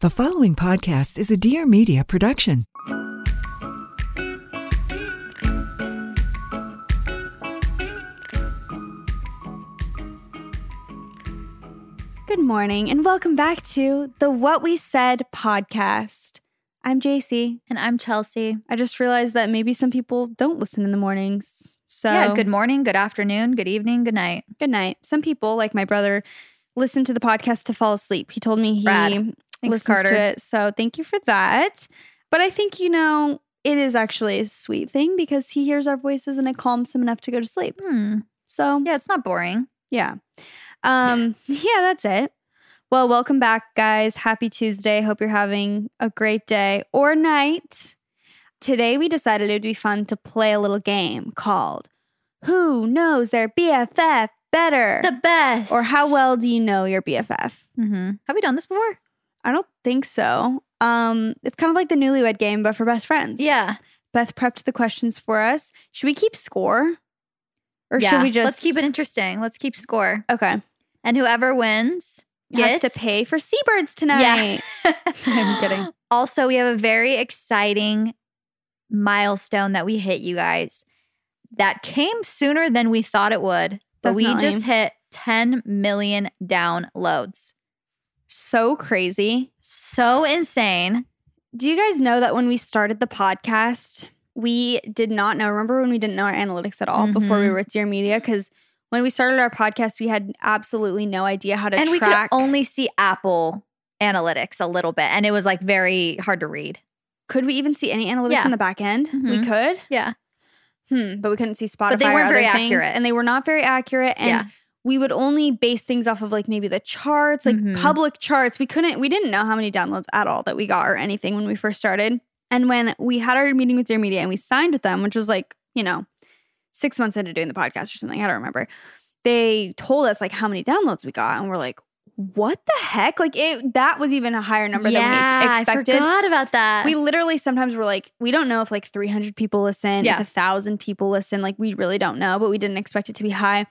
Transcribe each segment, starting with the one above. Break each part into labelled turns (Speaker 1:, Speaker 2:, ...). Speaker 1: The following podcast is a Dear Media production.
Speaker 2: Good morning and welcome back to the What We Said podcast. I'm JC.
Speaker 3: And I'm Chelsea.
Speaker 2: I just realized that maybe some people don't listen in the mornings. So,
Speaker 3: yeah, good morning, good afternoon, good evening, good night.
Speaker 2: Good night. Some people, like my brother, listen to the podcast to fall asleep. He told me he
Speaker 3: Rad.
Speaker 2: listens
Speaker 3: Thanks,
Speaker 2: to
Speaker 3: Carter.
Speaker 2: it. So, thank you for that. But I think, you know, it is actually a sweet thing because he hears our voices and it calms him enough to go to sleep.
Speaker 3: Hmm.
Speaker 2: So,
Speaker 3: Yeah, it's not boring.
Speaker 2: Yeah. Um, yeah, that's it. Well, welcome back, guys. Happy Tuesday. Hope you're having a great day or night. Today, we decided it would be fun to play a little game called Who Knows Their BFF Better?
Speaker 3: The best.
Speaker 2: or How Well Do You Know Your BFF?
Speaker 3: hmm Have we done this before?
Speaker 2: I don't think so. Um, it's kind of like the newlywed game, but for best friends.
Speaker 3: Yeah.
Speaker 2: Beth prepped the questions for us. Should we keep score? Or
Speaker 3: yeah.
Speaker 2: should we just
Speaker 3: Let's keep it interesting. Let's keep score.
Speaker 2: Okay.
Speaker 3: And whoever wins
Speaker 2: Has
Speaker 3: gets
Speaker 2: to pay for seabirds tonight.
Speaker 3: Yeah.
Speaker 2: I'm kidding.
Speaker 3: Also, we have a very exciting milestone that we hit, you guys. That came sooner than we thought it would, but we
Speaker 2: Definitely.
Speaker 3: just hit 10 million downloads.
Speaker 2: so crazy.
Speaker 3: So insane.
Speaker 2: Do you guys know that when we started the podcast, we did not know? Remember when we didn't know our analytics at all before we
Speaker 3: Mhm.
Speaker 2: were at Dear Media? Because when we started our podcast, we had absolutely no idea how to
Speaker 3: and we could
Speaker 2: track.
Speaker 3: only see Apple analytics a little bit, and it was like very hard to read.
Speaker 2: could we even see any analytics
Speaker 3: Yeah.
Speaker 2: in the back end? We
Speaker 3: Mhm.
Speaker 2: could,
Speaker 3: Yeah.
Speaker 2: hmm, but we couldn't see Spotify.
Speaker 3: But they
Speaker 2: or
Speaker 3: weren't very
Speaker 2: other things,
Speaker 3: accurate.
Speaker 2: and they were not very accurate. And
Speaker 3: Yeah.
Speaker 2: we would only base things off of like maybe the charts, like
Speaker 3: Mhm.
Speaker 2: public charts. We couldn't, we didn't know how many downloads at all that we got or anything when we first started. And when we had our meeting with Dear Media and we signed with them, which was like, you know, six months into doing the podcast or something, I don't remember, they told us like how many downloads we got. And we're like, what the heck? Like it, that was even a higher number than we expected.
Speaker 3: I forgot about that.
Speaker 2: We literally sometimes were like, we don't know if like 300 people listen,
Speaker 3: Yeah.
Speaker 2: if a thousand people listen. Like, we really don't know, but we didn't expect it to be high.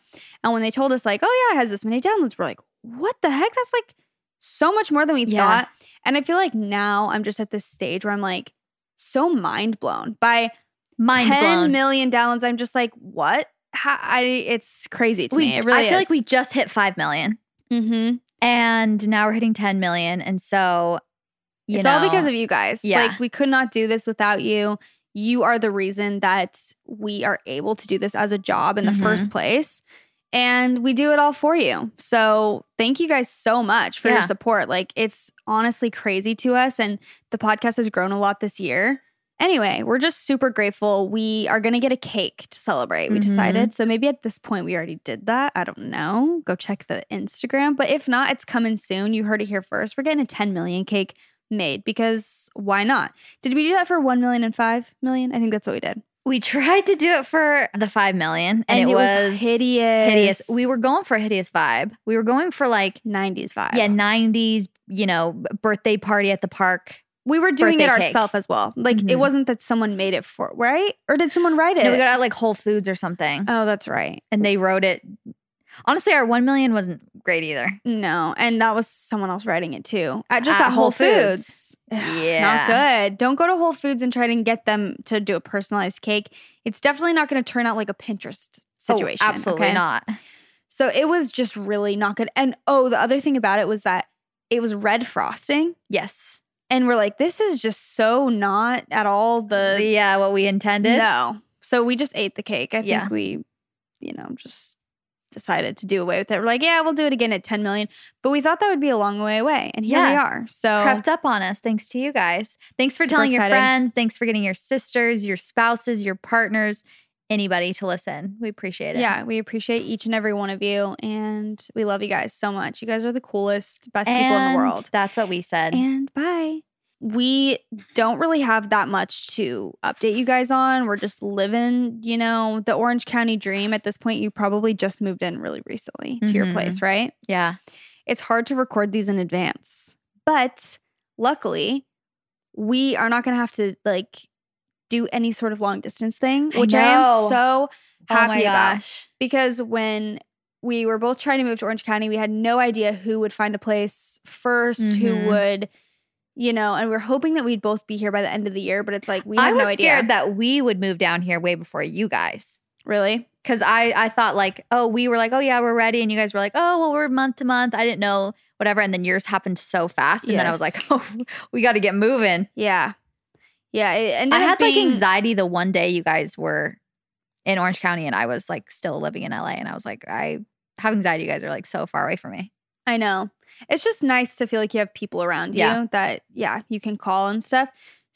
Speaker 2: And when they told us, like, oh, yeah, it has this many downloads, we're like, what the heck? That's like so much more than we
Speaker 3: Yeah.
Speaker 2: thought. And I feel like now I'm just at this stage where I'm like, so mind blown by
Speaker 3: Mind
Speaker 2: 10
Speaker 3: blown.
Speaker 2: million downloads. I'm just like, what? How, I it's crazy to
Speaker 3: we,
Speaker 2: me. It really
Speaker 3: I feel like we just hit five million,
Speaker 2: we. Mm-hmm.
Speaker 3: and now we're hitting ten million, and so you
Speaker 2: it's
Speaker 3: know,
Speaker 2: all because of you guys.
Speaker 3: Yeah.
Speaker 2: Like we could not do this without you. You are the reason that we are able to do this as a job in the
Speaker 3: Mhm.
Speaker 2: first place. And we do it all for you. So thank you guys so much for your
Speaker 3: Yeah.
Speaker 2: support. Like it's honestly crazy to us. And the podcast has grown a lot this year. Anyway, we're just super grateful. We are going to get a cake to celebrate. We
Speaker 3: Mhm.
Speaker 2: decided. So maybe at this point we already did that. I don't know. Go check the Instagram. But if not, it's coming soon. You heard it here first. We're getting a 10 million cake made because why not? Did we do that for 1 million and 5 million? I think that's what we did.
Speaker 3: we tried to do it for the five million, and, it, was,
Speaker 2: hideous.
Speaker 3: hideous. We were going for a hideous vibe. We were going for like
Speaker 2: 90s vibe.
Speaker 3: yeah, nineties, you know, birthday party at the park.
Speaker 2: we were doing it
Speaker 3: birthday cake.
Speaker 2: ourselves as well. Like it
Speaker 3: Mhm.
Speaker 2: wasn't that someone made it for, right? Or did someone write it?
Speaker 3: No, we got it at like Whole Foods or something,
Speaker 2: oh, that's right.
Speaker 3: and they wrote it. Honestly, our one million wasn't great either.
Speaker 2: No, and that was someone else writing it too. At just at,
Speaker 3: At
Speaker 2: Whole,
Speaker 3: Whole
Speaker 2: Foods.
Speaker 3: Foods.
Speaker 2: Not good. Don't go to Whole Foods and try to get them to do a personalized cake. It's definitely not going to turn out like a Pinterest
Speaker 3: Oh,
Speaker 2: situation.
Speaker 3: absolutely
Speaker 2: okay?
Speaker 3: not.
Speaker 2: So it was just really not good. And oh, the other thing about it was that it was red frosting.
Speaker 3: Yes.
Speaker 2: And we're like, this is just so not at all
Speaker 3: Uh,
Speaker 2: the.
Speaker 3: yeah, what we intended.
Speaker 2: No. So we just ate the cake. I think
Speaker 3: Yeah.
Speaker 2: we, you know, just decided to do away with it. We're like, yeah, we'll do it again at 10 million. But we thought that would be a long way away. And here we
Speaker 3: Yeah.
Speaker 2: are.
Speaker 3: It's
Speaker 2: So
Speaker 3: crept up on us. Thanks to you guys. Thanks for
Speaker 2: Super
Speaker 3: telling your
Speaker 2: exciting.
Speaker 3: friends. Thanks for getting your sisters, your spouses, your partners, anybody to listen. We appreciate it.
Speaker 2: yeah, we appreciate each and every one of you. And we love you guys so much. You guys are the coolest, best people in
Speaker 3: And
Speaker 2: the world.
Speaker 3: That's what we said.
Speaker 2: And bye. We don't really have that much to update you guys on. We're just living, you know, the Orange County dream. At this point, you probably just moved in really recently to your
Speaker 3: Mhm.
Speaker 2: place, right?
Speaker 3: yeah.
Speaker 2: It's hard to record these in advance. But luckily, we are not going to have to like do any sort of long distance thing,
Speaker 3: I
Speaker 2: which I, am
Speaker 3: know.
Speaker 2: so
Speaker 3: oh my
Speaker 2: happy about
Speaker 3: gosh.
Speaker 2: because when we were both trying to move to Orange County, we had no idea who would find a place 1st
Speaker 3: Mhm.
Speaker 2: who would, you know, and we are hoping that we'd both be here by the end of the year, but it's like we
Speaker 3: I
Speaker 2: have
Speaker 3: was
Speaker 2: no idea.
Speaker 3: scared that we would move down here way before you guys.
Speaker 2: really?
Speaker 3: Cause I, I thought like, oh, we were like, oh yeah, we're ready. And you guys were like, oh, well, we're month to month. I didn't know whatever. And then yours happened so fast. And then I was
Speaker 2: Yes.
Speaker 3: like, oh, we got to get moving.
Speaker 2: Yeah. Yeah. It ended
Speaker 3: I
Speaker 2: up
Speaker 3: had like
Speaker 2: being-
Speaker 3: anxiety the one day you guys were in Orange County and I was like still living in LA and I was like, I have anxiety. You guys are like so far away from me.
Speaker 2: I know. It's just nice to feel like you have people around
Speaker 3: Yeah.
Speaker 2: you that, yeah, you can call and stuff.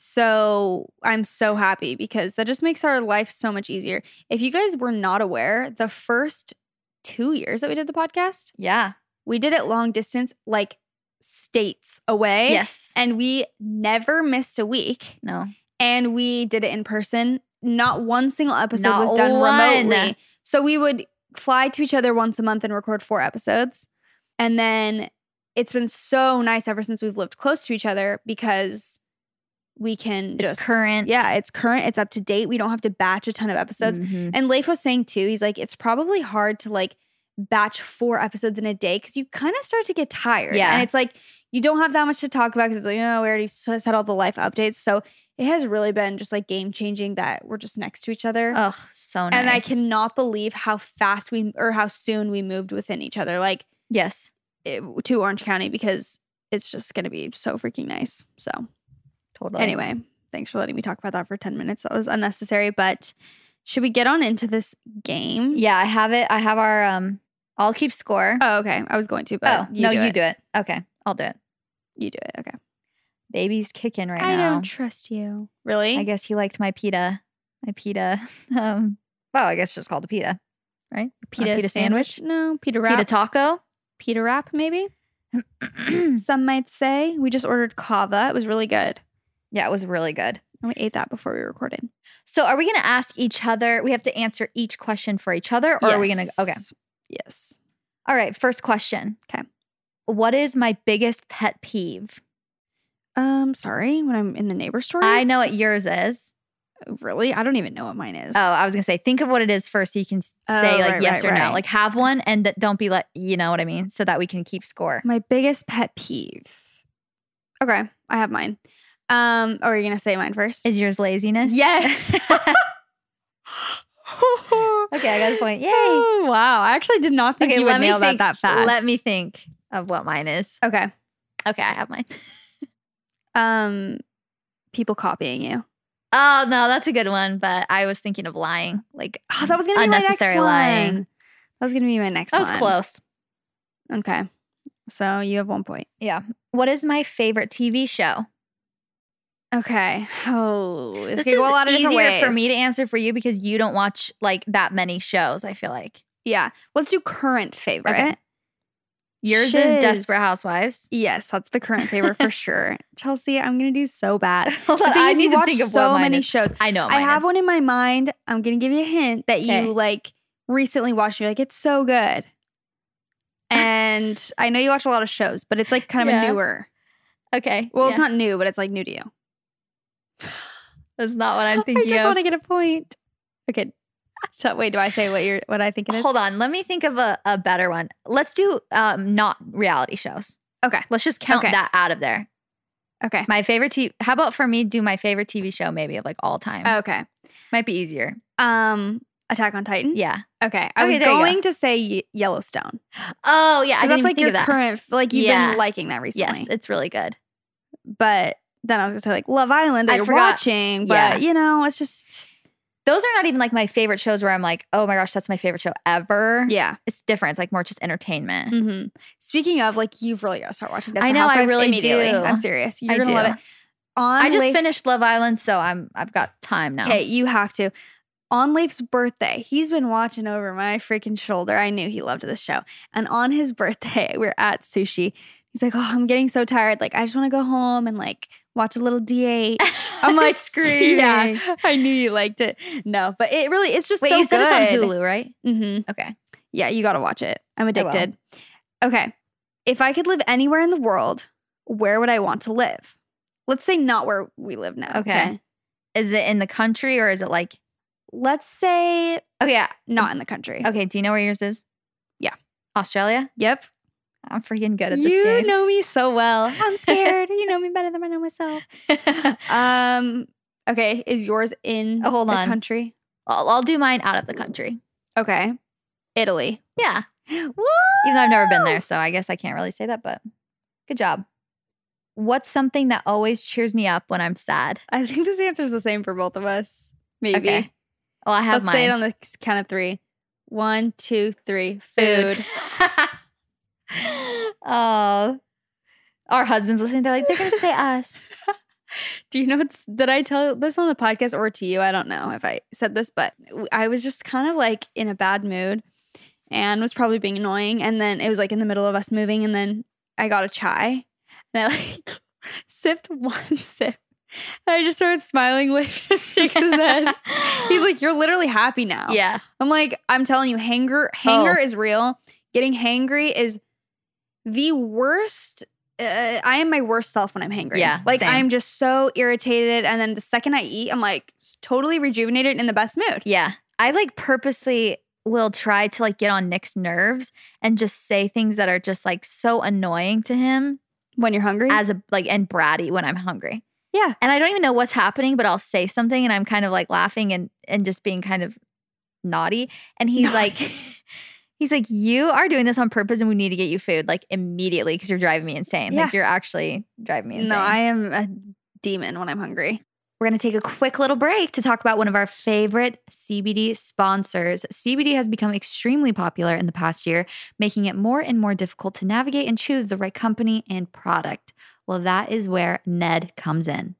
Speaker 2: So I'm so happy because that just makes our life so much easier. If you guys were not aware, the first two years that we did the podcast,
Speaker 3: Yeah.
Speaker 2: We did it long distance, like states away.
Speaker 3: Yes.
Speaker 2: And we never missed a week.
Speaker 3: No.
Speaker 2: And we did it in person. Not one single episode
Speaker 3: Not
Speaker 2: was done
Speaker 3: one.
Speaker 2: remotely. So we would fly to each other once a month and record four episodes. And then it's been so nice ever since we've lived close to each other because we can
Speaker 3: It's
Speaker 2: just
Speaker 3: current.
Speaker 2: Yeah, it's current. It's up to date. We don't have to batch a ton of episodes.
Speaker 3: Mhm.
Speaker 2: And Leif was saying too, he's like, it's probably hard to like batch four episodes in a day because you kind of start to get tired.
Speaker 3: Yeah.
Speaker 2: And it's like, you don't have that much to talk about because it's like, oh, we already s- said all the life updates. So it has really been just like game changing that we're just next to each other.
Speaker 3: Ugh, so Oh, nice.
Speaker 2: And I cannot believe how fast we or how soon we moved within each other, like
Speaker 3: Yes.
Speaker 2: it- to Orange County, because it's just going to be so freaking nice. So,
Speaker 3: Totally.
Speaker 2: anyway, thanks for letting me talk about that for 10 minutes. That was unnecessary, but should we get on into this game?
Speaker 3: Yeah, I have it. I have our um I'll keep score.
Speaker 2: Oh, okay. I was going to,
Speaker 3: Oh,
Speaker 2: but you
Speaker 3: no,
Speaker 2: do
Speaker 3: you
Speaker 2: it.
Speaker 3: do it. Okay. I'll do it.
Speaker 2: You do it. Okay.
Speaker 3: Baby's kicking right
Speaker 2: I
Speaker 3: now.
Speaker 2: don't trust you. Really?
Speaker 3: I guess he liked my pita. My pita. Um well, I guess it's just called a pita, right?
Speaker 2: pita,
Speaker 3: a pita
Speaker 2: sandwich? No. Pita wrap.
Speaker 3: Pita
Speaker 2: Pita,
Speaker 3: taco.
Speaker 2: wrap, maybe.
Speaker 3: Hmm.
Speaker 2: Some might say we just ordered kava. It was really good,
Speaker 3: yeah, it was really good.
Speaker 2: and we ate that before we recorded.
Speaker 3: So are we going to ask each other? We have to answer each question for each other, or are we going
Speaker 2: Yes.
Speaker 3: to? Okay.
Speaker 2: Yes.
Speaker 3: All right. First question.
Speaker 2: Okay.
Speaker 3: What is my biggest pet peeve?
Speaker 2: Um, sorry. When I'm in the neighbor store,
Speaker 3: I know what yours is.
Speaker 2: Really, I don't even know what mine is.
Speaker 3: Oh, I was going to say, think of what it is first so you can s-
Speaker 2: Oh,
Speaker 3: say like
Speaker 2: right,
Speaker 3: yes
Speaker 2: right,
Speaker 3: or no.
Speaker 2: right.
Speaker 3: Like have one and that don't be like, you know what I mean? So that we can keep score.
Speaker 2: my biggest pet peeve. Okay, I have mine. Um, oh, are you gonna say mine first?
Speaker 3: Is yours laziness?
Speaker 2: Yes.
Speaker 3: Okay, I got a point. Yay.
Speaker 2: Oh, wow. I actually did not think
Speaker 3: okay,
Speaker 2: you
Speaker 3: let
Speaker 2: would
Speaker 3: me
Speaker 2: nail
Speaker 3: think,
Speaker 2: that that fast.
Speaker 3: Let me think of what mine is.
Speaker 2: Okay.
Speaker 3: Okay, I have mine.
Speaker 2: Um, people copying you.
Speaker 3: Oh no, that's a good one, but I was thinking of lying. Like
Speaker 2: Oh, that was gonna be
Speaker 3: unnecessary
Speaker 2: my next
Speaker 3: lying.
Speaker 2: One. That was gonna be my next.
Speaker 3: That was
Speaker 2: one.
Speaker 3: close.
Speaker 2: Okay. So you have one point.
Speaker 3: Yeah. What is my favorite TV show?
Speaker 2: Okay. Oh, this,
Speaker 3: This
Speaker 2: could
Speaker 3: is
Speaker 2: go a lot of different
Speaker 3: easier for
Speaker 2: ways.
Speaker 3: me to answer for you because you don't watch like that many shows. I feel like
Speaker 2: Yeah. Let's do current favorite.
Speaker 3: Okay. yours is
Speaker 2: Shiz.
Speaker 3: Desperate Housewives.
Speaker 2: Yes, that's the current favorite for sure. Chelsea, I'm gonna do so bad.
Speaker 3: Hold
Speaker 2: The
Speaker 3: on,
Speaker 2: thing
Speaker 3: I
Speaker 2: is,
Speaker 3: need
Speaker 2: you
Speaker 3: to
Speaker 2: watch
Speaker 3: think of what
Speaker 2: so
Speaker 3: mine
Speaker 2: many
Speaker 3: is.
Speaker 2: shows.
Speaker 3: I know. what
Speaker 2: I
Speaker 3: mine
Speaker 2: have
Speaker 3: is.
Speaker 2: one in my mind. I'm gonna give you a hint that
Speaker 3: Okay.
Speaker 2: you like recently watched. You're like, it's so good. And I know you watch a lot of shows, but it's like kind of
Speaker 3: Yeah.
Speaker 2: a newer.
Speaker 3: Okay.
Speaker 2: Well,
Speaker 3: yeah.
Speaker 2: it's not new, but it's like new to you.
Speaker 3: That's not what I'm
Speaker 2: I
Speaker 3: thinking
Speaker 2: just
Speaker 3: of.
Speaker 2: want to get a point. Okay. So, wait, do I say what you're what I think it is?
Speaker 3: Hold on. Let me think of a, a better one. Let's do um, not reality shows.
Speaker 2: Okay.
Speaker 3: Let's just count
Speaker 2: Okay.
Speaker 3: that out of there.
Speaker 2: Okay.
Speaker 3: My favorite TV. How Oh. about for me? Do my favorite TV show maybe of like all time.
Speaker 2: okay.
Speaker 3: Might be easier.
Speaker 2: Um, Attack on Titan?
Speaker 3: Yeah.
Speaker 2: Okay. I
Speaker 3: Okay,
Speaker 2: was
Speaker 3: there you go.
Speaker 2: going to say Ye- Yellowstone.
Speaker 3: Oh yeah,
Speaker 2: 'Cause
Speaker 3: I didn't
Speaker 2: that's like
Speaker 3: even think
Speaker 2: your
Speaker 3: of that.
Speaker 2: current, like you've
Speaker 3: Yeah.
Speaker 2: been liking that recently.
Speaker 3: yes, it's really good.
Speaker 2: but then I was going to say like Love Island that
Speaker 3: I
Speaker 2: you're
Speaker 3: forgot.
Speaker 2: watching, but
Speaker 3: Yeah.
Speaker 2: you know, it's just,
Speaker 3: Those are not even like my favorite shows where I'm like, oh my gosh, that's my favorite show ever.
Speaker 2: yeah.
Speaker 3: It's different. It's like more just entertainment.
Speaker 2: hmm Speaking of, like, you've really got to start watching Desperate
Speaker 3: I know, I
Speaker 2: Housewives
Speaker 3: really
Speaker 2: immediately.
Speaker 3: do.
Speaker 2: I'm serious. You're
Speaker 3: I
Speaker 2: going to love
Speaker 3: do.
Speaker 2: it. On
Speaker 3: I just
Speaker 2: Leif's-
Speaker 3: finished Love Island, so I'm I've got time now.
Speaker 2: Okay, you have to. On Leif's birthday, he's been watching over my freaking shoulder. I knew he loved this show. And on his birthday, we're at sushi. He's like, "Oh, I'm getting so tired. Like, I just want to go home and like watch a little DH." I'm like,
Speaker 3: screaming.
Speaker 2: Yeah, I knew you liked it. No, but it really, it's just
Speaker 3: Wait,
Speaker 2: so
Speaker 3: you said it's
Speaker 2: good.
Speaker 3: on Hulu, right?
Speaker 2: Mm-hmm.
Speaker 3: Okay.
Speaker 2: Yeah, you got to watch it. I'm
Speaker 3: will.
Speaker 2: addicted. Okay. If I could live anywhere in the world, where would I want to live? Let's say not where we live now.
Speaker 3: Okay. Is it in the country or is it like
Speaker 2: Let's say
Speaker 3: okay? yeah.
Speaker 2: not in the country.
Speaker 3: Okay, do you know where yours is?
Speaker 2: Yeah.
Speaker 3: Australia?
Speaker 2: Yep.
Speaker 3: I'm freaking good at this
Speaker 2: you
Speaker 3: game.
Speaker 2: know me so well. I'm scared. you know me better than I know myself. Um. Okay. Is yours in
Speaker 3: Oh, hold
Speaker 2: the
Speaker 3: on.
Speaker 2: country?
Speaker 3: I'll, I'll do mine out of the country.
Speaker 2: Okay. Italy.
Speaker 3: Yeah.
Speaker 2: Woo!
Speaker 3: Even though I've never been there, so I guess I can't really say that, but good job. What's something that always cheers me up when I'm sad?
Speaker 2: I think this answer is the same for both of us. Maybe.
Speaker 3: Okay. Well, I have
Speaker 2: Let's
Speaker 3: mine.
Speaker 2: say it on the count of three. One, two, three. Food.
Speaker 3: oh. Our husbands listening, they're like, they're gonna say us.
Speaker 2: Do you know it's did I tell this on the podcast or to you? I don't know if I said this, but I was just kind of like in a bad mood and was probably being annoying. And then it was like in the middle of us moving, and then I got a chai and I like sipped one sip. And I just started smiling, Leif just shakes his head. He's like, You're literally happy now.
Speaker 3: Yeah.
Speaker 2: I'm like, I'm telling you, hanger hanger
Speaker 3: Oh.
Speaker 2: is real. Getting hangry is the worst. Uh, I am my worst self when I'm hangry.
Speaker 3: Yeah,
Speaker 2: like
Speaker 3: same.
Speaker 2: I'm just so irritated, and then the second I eat, I'm like totally rejuvenated in the best mood.
Speaker 3: Yeah. I like purposely will try to like get on Nick's nerves and just say things that are just like so annoying to him
Speaker 2: When you're hungry,
Speaker 3: as a like and bratty when I'm hungry.
Speaker 2: Yeah.
Speaker 3: And I don't even know what's happening, but I'll say something and I'm kind of like laughing and and just being kind of naughty. And he's like he's like, You are doing this on purpose and we need to get you food like immediately because you're driving me insane.
Speaker 2: Yeah.
Speaker 3: Like you're actually driving me insane.
Speaker 2: no, I am a demon when I'm hungry.
Speaker 3: We're going to take a quick little break to talk about one of our favorite CBD sponsors. CBD has become extremely popular in the past year, making it more and more difficult to navigate and choose the right company and product. Well, that is where Ned comes in.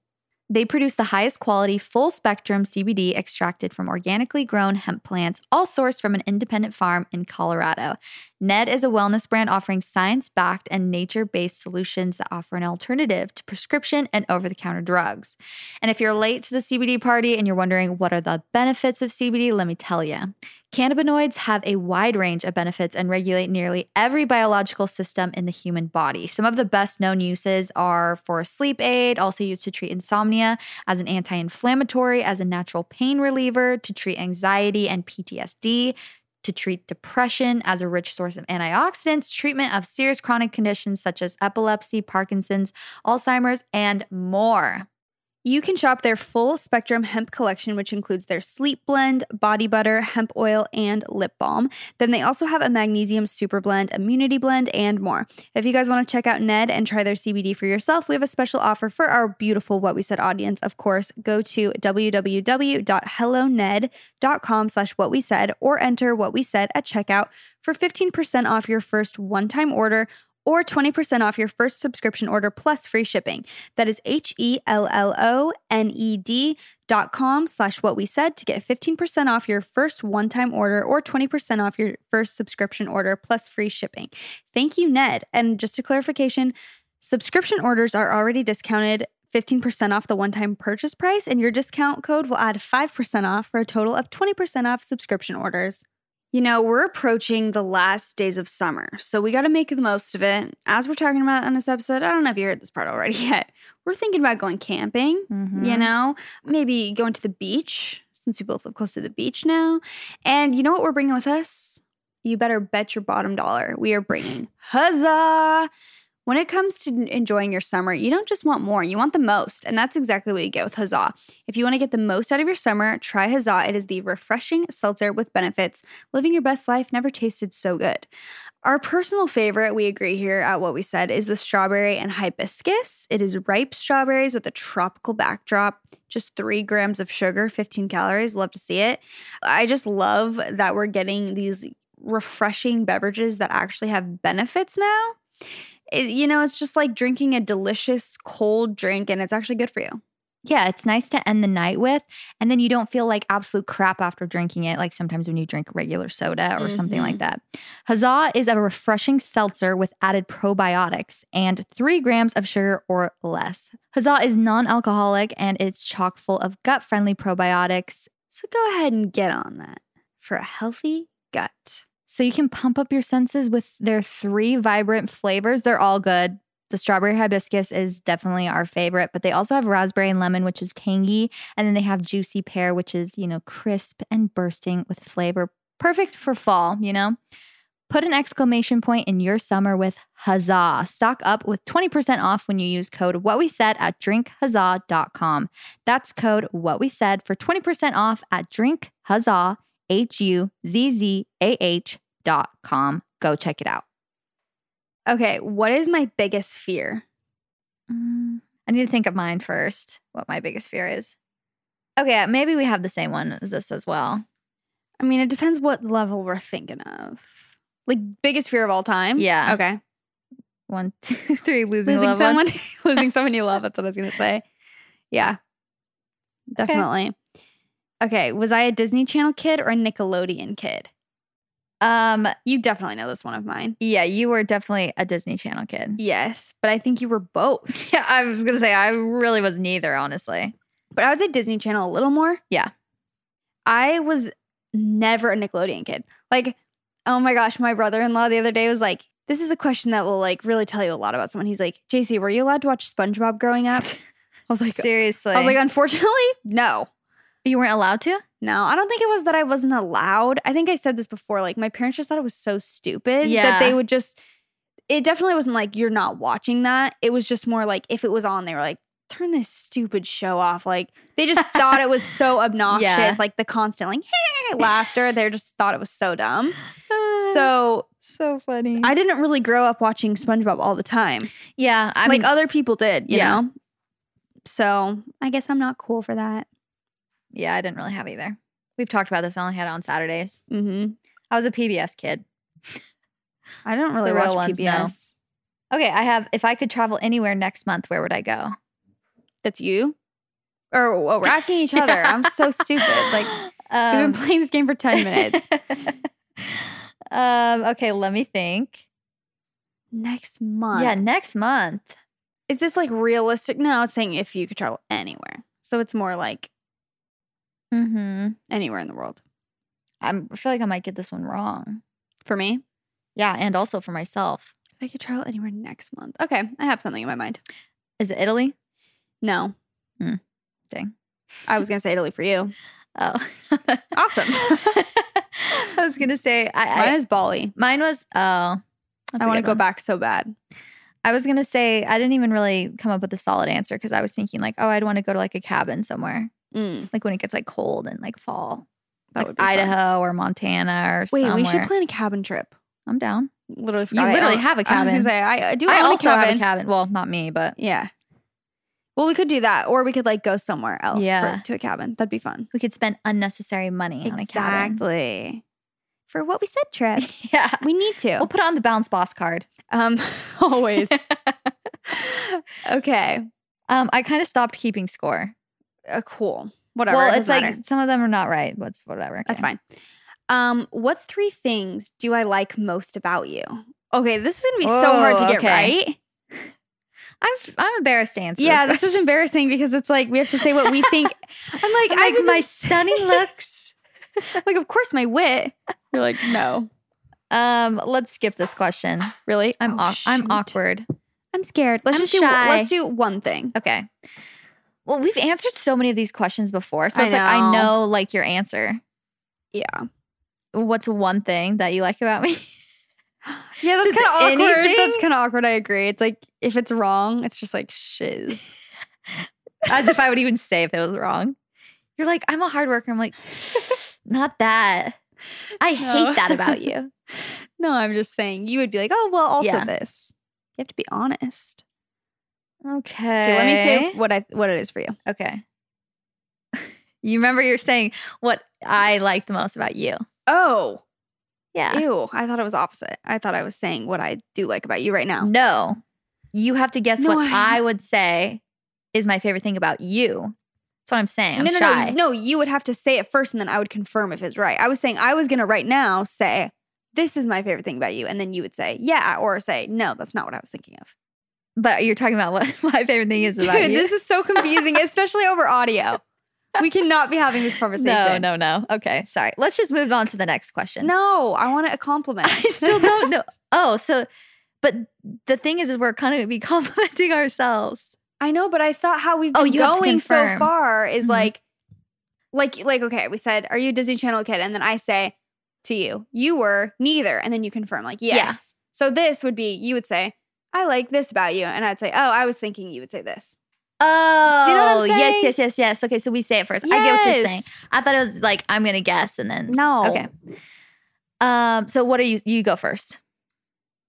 Speaker 3: They produce the highest quality, full spectrum CBD extracted from organically grown hemp plants, all sourced from an independent farm in Colorado. Ned is a wellness brand offering science backed and nature based solutions that offer an alternative to prescription and over the counter drugs. And if you're late to the CBD party and you're wondering what are the benefits of CBD, let me tell you. Cannabinoids have a wide range of benefits and regulate nearly every biological system in the human body. Some of the best known uses are for sleep aid, also used to treat insomnia, as an anti inflammatory, as a natural pain reliever, to treat anxiety and PTSD, to treat depression as a rich source of antioxidants, treatment of serious chronic conditions such as epilepsy, Parkinson's, Alzheimer's, and more.
Speaker 2: You can shop their full spectrum hemp collection, which includes their sleep blend, body butter, hemp oil, and lip balm. Then they also have a magnesium super blend, immunity blend, and more. If you guys want to check out Ned and try their CBD for yourself, we have a special offer for our beautiful What We Said audience. Of course, go to www.helloned.com slash what we said or enter what we said at checkout for 15% off your first one-time order or 20% off your first subscription order plus free shipping. That is H E L L O N E D dot com slash what we said to get 15% off your first one time order or 20% off your first subscription order plus free shipping. Thank you, Ned. And just a clarification subscription orders are already discounted. 15% off the one time purchase price, and your discount code will add 5% off for a total of 20% off subscription orders. You know, we're approaching the last days of summer, so we got to make the most of it. As we're talking about on this episode, I don't know if you heard this part already yet. We're thinking about going camping, you know, maybe going to the beach since we both live close to the beach now. And you know what we're bringing with us? You better bet your bottom dollar. We are bringing, huzzah! When it comes to n- enjoying your summer, you don't just want more, you want the most. And that's exactly what you get with Huzzah. If you want to get the most out of your summer, try Huzzah. It is the refreshing seltzer with benefits. Living your best life never tasted so good. Our personal favorite, we agree here at what we said, is the strawberry and hibiscus. It is ripe strawberries with a tropical backdrop, just three grams of sugar, 15 calories. Love to see it. I just love that we're getting these refreshing beverages that actually have benefits now. It- you know, it's just like drinking a delicious cold drink and it's actually good for you.
Speaker 3: Yeah, it's nice to end the night with. And then you don't feel like absolute crap after drinking it, like sometimes when you drink regular soda or something like
Speaker 2: Mm-hmm.
Speaker 3: that. Huzzah is a refreshing seltzer with added probiotics and three grams of sugar or less. Huzzah is non alcoholic and it's chock full of gut friendly probiotics.
Speaker 2: So go ahead and get on that for a healthy gut.
Speaker 3: So you can pump up your senses with their three vibrant flavors. They're all good. The strawberry hibiscus is definitely our favorite, but they also have raspberry and lemon, which is tangy. And then they have juicy pear, which is, you know, crisp and bursting with flavor. Perfect for fall, you know? Put an exclamation point in your summer with huzzah. Stock up with 20% off when you use code what we said at drinkhuzzah.com. That's code what we said for 20% off at drinkhuzzah, H U Z Z A H dot com. Go check it out.
Speaker 2: Okay, what is my biggest fear?
Speaker 3: Mm, I need to think of mine first, what my biggest fear is. Okay, uh, maybe we have the same one as this as well.
Speaker 2: I mean, it depends what level we're thinking of. Like biggest fear of all time.
Speaker 3: Yeah.
Speaker 2: Okay.
Speaker 3: One, two, three, losing, a
Speaker 2: Losing
Speaker 3: loved one.
Speaker 2: someone, losing someone you love. That's what I was gonna say. Yeah. Definitely. Okay. Was I a Disney Channel kid or a Nickelodeon kid?
Speaker 3: Um,
Speaker 2: You definitely know this one of mine.
Speaker 3: yeah, you were definitely a Disney Channel kid.
Speaker 2: Yes, but I think you were both.
Speaker 3: Yeah, I was gonna say I really was neither, honestly.
Speaker 2: But I would say Disney Channel a little more.
Speaker 3: Yeah.
Speaker 2: I was never a Nickelodeon kid. Like, oh my gosh, my brother in law the other day was like, this is a question that will like really tell you a lot about someone. He's like, JC, were you allowed to watch SpongeBob growing up? I was like,
Speaker 3: Seriously,
Speaker 2: I was like, unfortunately, no.
Speaker 3: "Oh, you weren't allowed to.
Speaker 2: No, I don't think it was that I wasn't allowed. I think I said this before. Like, my parents just thought it was so stupid
Speaker 3: Yeah.
Speaker 2: that they would just, it definitely wasn't like, you're not watching that. It was just more like, if it was on, they were like, turn this stupid show off. Like, they just thought it was so obnoxious.
Speaker 3: Yeah.
Speaker 2: Like, the constant, like, laughter. They just thought it was so dumb. So,
Speaker 3: Ah, so funny.
Speaker 2: I didn't really grow up watching SpongeBob all the time.
Speaker 3: yeah, I
Speaker 2: like,
Speaker 3: mean,
Speaker 2: other people did, you
Speaker 3: Yeah.
Speaker 2: know? So, I guess I'm not cool for that.
Speaker 3: yeah, I didn't really have either. We've talked about this. I only had it on Saturdays.
Speaker 2: hmm
Speaker 3: I was a PBS kid.
Speaker 2: I don't really
Speaker 3: The real
Speaker 2: watch
Speaker 3: ones, no.
Speaker 2: PBS.
Speaker 3: Okay, I have. If I could travel anywhere next month, where would I go?
Speaker 2: That's you? Or oh, we're asking each other. I'm so stupid. Like we've
Speaker 3: um,
Speaker 2: been playing this game for 10 minutes.
Speaker 3: um, okay, let me think.
Speaker 2: Next month.
Speaker 3: Yeah, next month.
Speaker 2: Is this like realistic? No, it's saying if you could travel anywhere. So it's more like
Speaker 3: Mm-hmm.
Speaker 2: anywhere in the world.
Speaker 3: I'm, I feel like I might get this one wrong.
Speaker 2: For me.
Speaker 3: Yeah, and also for myself.
Speaker 2: If I could travel anywhere next month. Okay. I have something in my mind.
Speaker 3: Is it Italy?
Speaker 2: No.
Speaker 3: Hmm. Dang.
Speaker 2: I was gonna say Italy for you.
Speaker 3: Oh,
Speaker 2: Awesome.
Speaker 3: I was gonna say I.
Speaker 2: Mine
Speaker 3: I
Speaker 2: is Bali.
Speaker 3: mine was oh.
Speaker 2: I want to go back so bad.
Speaker 3: I was gonna say I didn't even really come up with a solid answer because I was thinking like, oh, I'd want to go to like a cabin somewhere,
Speaker 2: Mm,
Speaker 3: like when it gets like cold and like fall,
Speaker 2: that
Speaker 3: like
Speaker 2: would be fun.
Speaker 3: Idaho or Montana or
Speaker 2: Wait,
Speaker 3: somewhere.
Speaker 2: we should plan a cabin trip.
Speaker 3: I'm down.
Speaker 2: Literally, forgot I
Speaker 3: literally
Speaker 2: own-
Speaker 3: have a
Speaker 2: I was
Speaker 3: cabin.
Speaker 2: gonna say I, I do.
Speaker 3: I
Speaker 2: own a
Speaker 3: also have
Speaker 2: cabin.
Speaker 3: a cabin. Well, not me, but
Speaker 2: Yeah. Well, we could do that, or we could like go somewhere else for-
Speaker 3: Yeah.
Speaker 2: to a cabin. That'd be fun.
Speaker 3: we could spend unnecessary money on a cabin.
Speaker 2: Exactly. For what we said trip,
Speaker 3: Yeah.
Speaker 2: we need to.
Speaker 3: We'll put it on the bounce boss card.
Speaker 2: um, always. okay.
Speaker 3: Um, I kind of stopped keeping score.
Speaker 2: Uh, cool. Whatever.
Speaker 3: well,
Speaker 2: it
Speaker 3: it's like
Speaker 2: doesn't matter.
Speaker 3: some of them are not right. What's whatever.
Speaker 2: that's
Speaker 3: Okay.
Speaker 2: fine. Um, what three things do I like most about you? Okay, this is gonna be so hard to
Speaker 3: Whoa,
Speaker 2: get
Speaker 3: Oh, okay.
Speaker 2: right.
Speaker 3: I'm I'm embarrassed to answer.
Speaker 2: Yeah, this
Speaker 3: question.
Speaker 2: is embarrassing because it's like we have to say what we think. I'm like,
Speaker 3: I'm
Speaker 2: I
Speaker 3: like,
Speaker 2: think
Speaker 3: my
Speaker 2: it's-
Speaker 3: stunning looks.
Speaker 2: like, of course, my wit. You're like, no,
Speaker 3: Um, let's skip this question.
Speaker 2: really,
Speaker 3: I'm
Speaker 2: Oh,
Speaker 3: au- I'm
Speaker 2: shoot.
Speaker 3: awkward.
Speaker 2: I'm scared. Let's
Speaker 3: I'm
Speaker 2: just do let's
Speaker 3: shy.
Speaker 2: do one thing.
Speaker 3: Okay. Well, we've answered so many of these questions before, so
Speaker 2: I
Speaker 3: it's like I
Speaker 2: know.
Speaker 3: know like your answer.
Speaker 2: Yeah.
Speaker 3: What's one thing that you like about me?
Speaker 2: Yeah, that's
Speaker 3: Just
Speaker 2: kind of awkward. That's
Speaker 3: anything?
Speaker 2: kind of awkward. I agree. It's like if it's wrong, it's just like shiz.
Speaker 3: As if I would even say if it was wrong. You're like, I'm a hard worker. I'm like, not that. I
Speaker 2: No.
Speaker 3: hate that about you.
Speaker 2: No, I'm just saying you would be like, oh well, also
Speaker 3: Yeah.
Speaker 2: this. You have to be honest.
Speaker 3: Okay.
Speaker 2: Okay, let me say what I what it is for you.
Speaker 3: Okay. you remember you're saying what I like the most about you.
Speaker 2: Oh,
Speaker 3: Yeah.
Speaker 2: ew! I thought it was opposite. I thought I was saying what I do like about you right now.
Speaker 3: No. You have to guess
Speaker 2: No,
Speaker 3: what
Speaker 2: I-
Speaker 3: I, would say is my favorite thing about you. That's what I'm saying. I'm
Speaker 2: no, no,
Speaker 3: shy.
Speaker 2: no, no. You would have to say it first, and then I would confirm if it's right. I was saying I was gonna right now say this is my favorite thing about you, and then you would say yeah, or say no, that's not what I was thinking of.
Speaker 3: But you're talking about what my favorite thing is about
Speaker 2: Dude,
Speaker 3: you.
Speaker 2: this is so confusing, especially over audio. We cannot be having this
Speaker 3: no,
Speaker 2: conversation.
Speaker 3: no, no. Okay, sorry. Let's just move on to the next question.
Speaker 2: no. I want a compliment.
Speaker 3: I still don't know. Oh, so, but the thing is, is we're kind of gonna be complimenting ourselves.
Speaker 2: I know, but I thought how we've been
Speaker 3: Oh, you have to
Speaker 2: going so
Speaker 3: confirm.
Speaker 2: far is
Speaker 3: Mhm.
Speaker 2: like, like, like, okay, we said, are you a Disney Channel kid? And then I say to you, you were neither. And then you confirm, like,
Speaker 3: Yeah.
Speaker 2: yes. So this would be, you would say, I like this about you. And I'd say, oh, I was thinking you would say this.
Speaker 3: Oh,
Speaker 2: Do you know what I'm
Speaker 3: yes,
Speaker 2: saying?
Speaker 3: yes, yes, yes. Okay, so we say it first. I get what you're saying.
Speaker 2: Yes.
Speaker 3: I thought it was like I'm gonna guess and then
Speaker 2: No.
Speaker 3: Okay. Um. So what are you? You go first.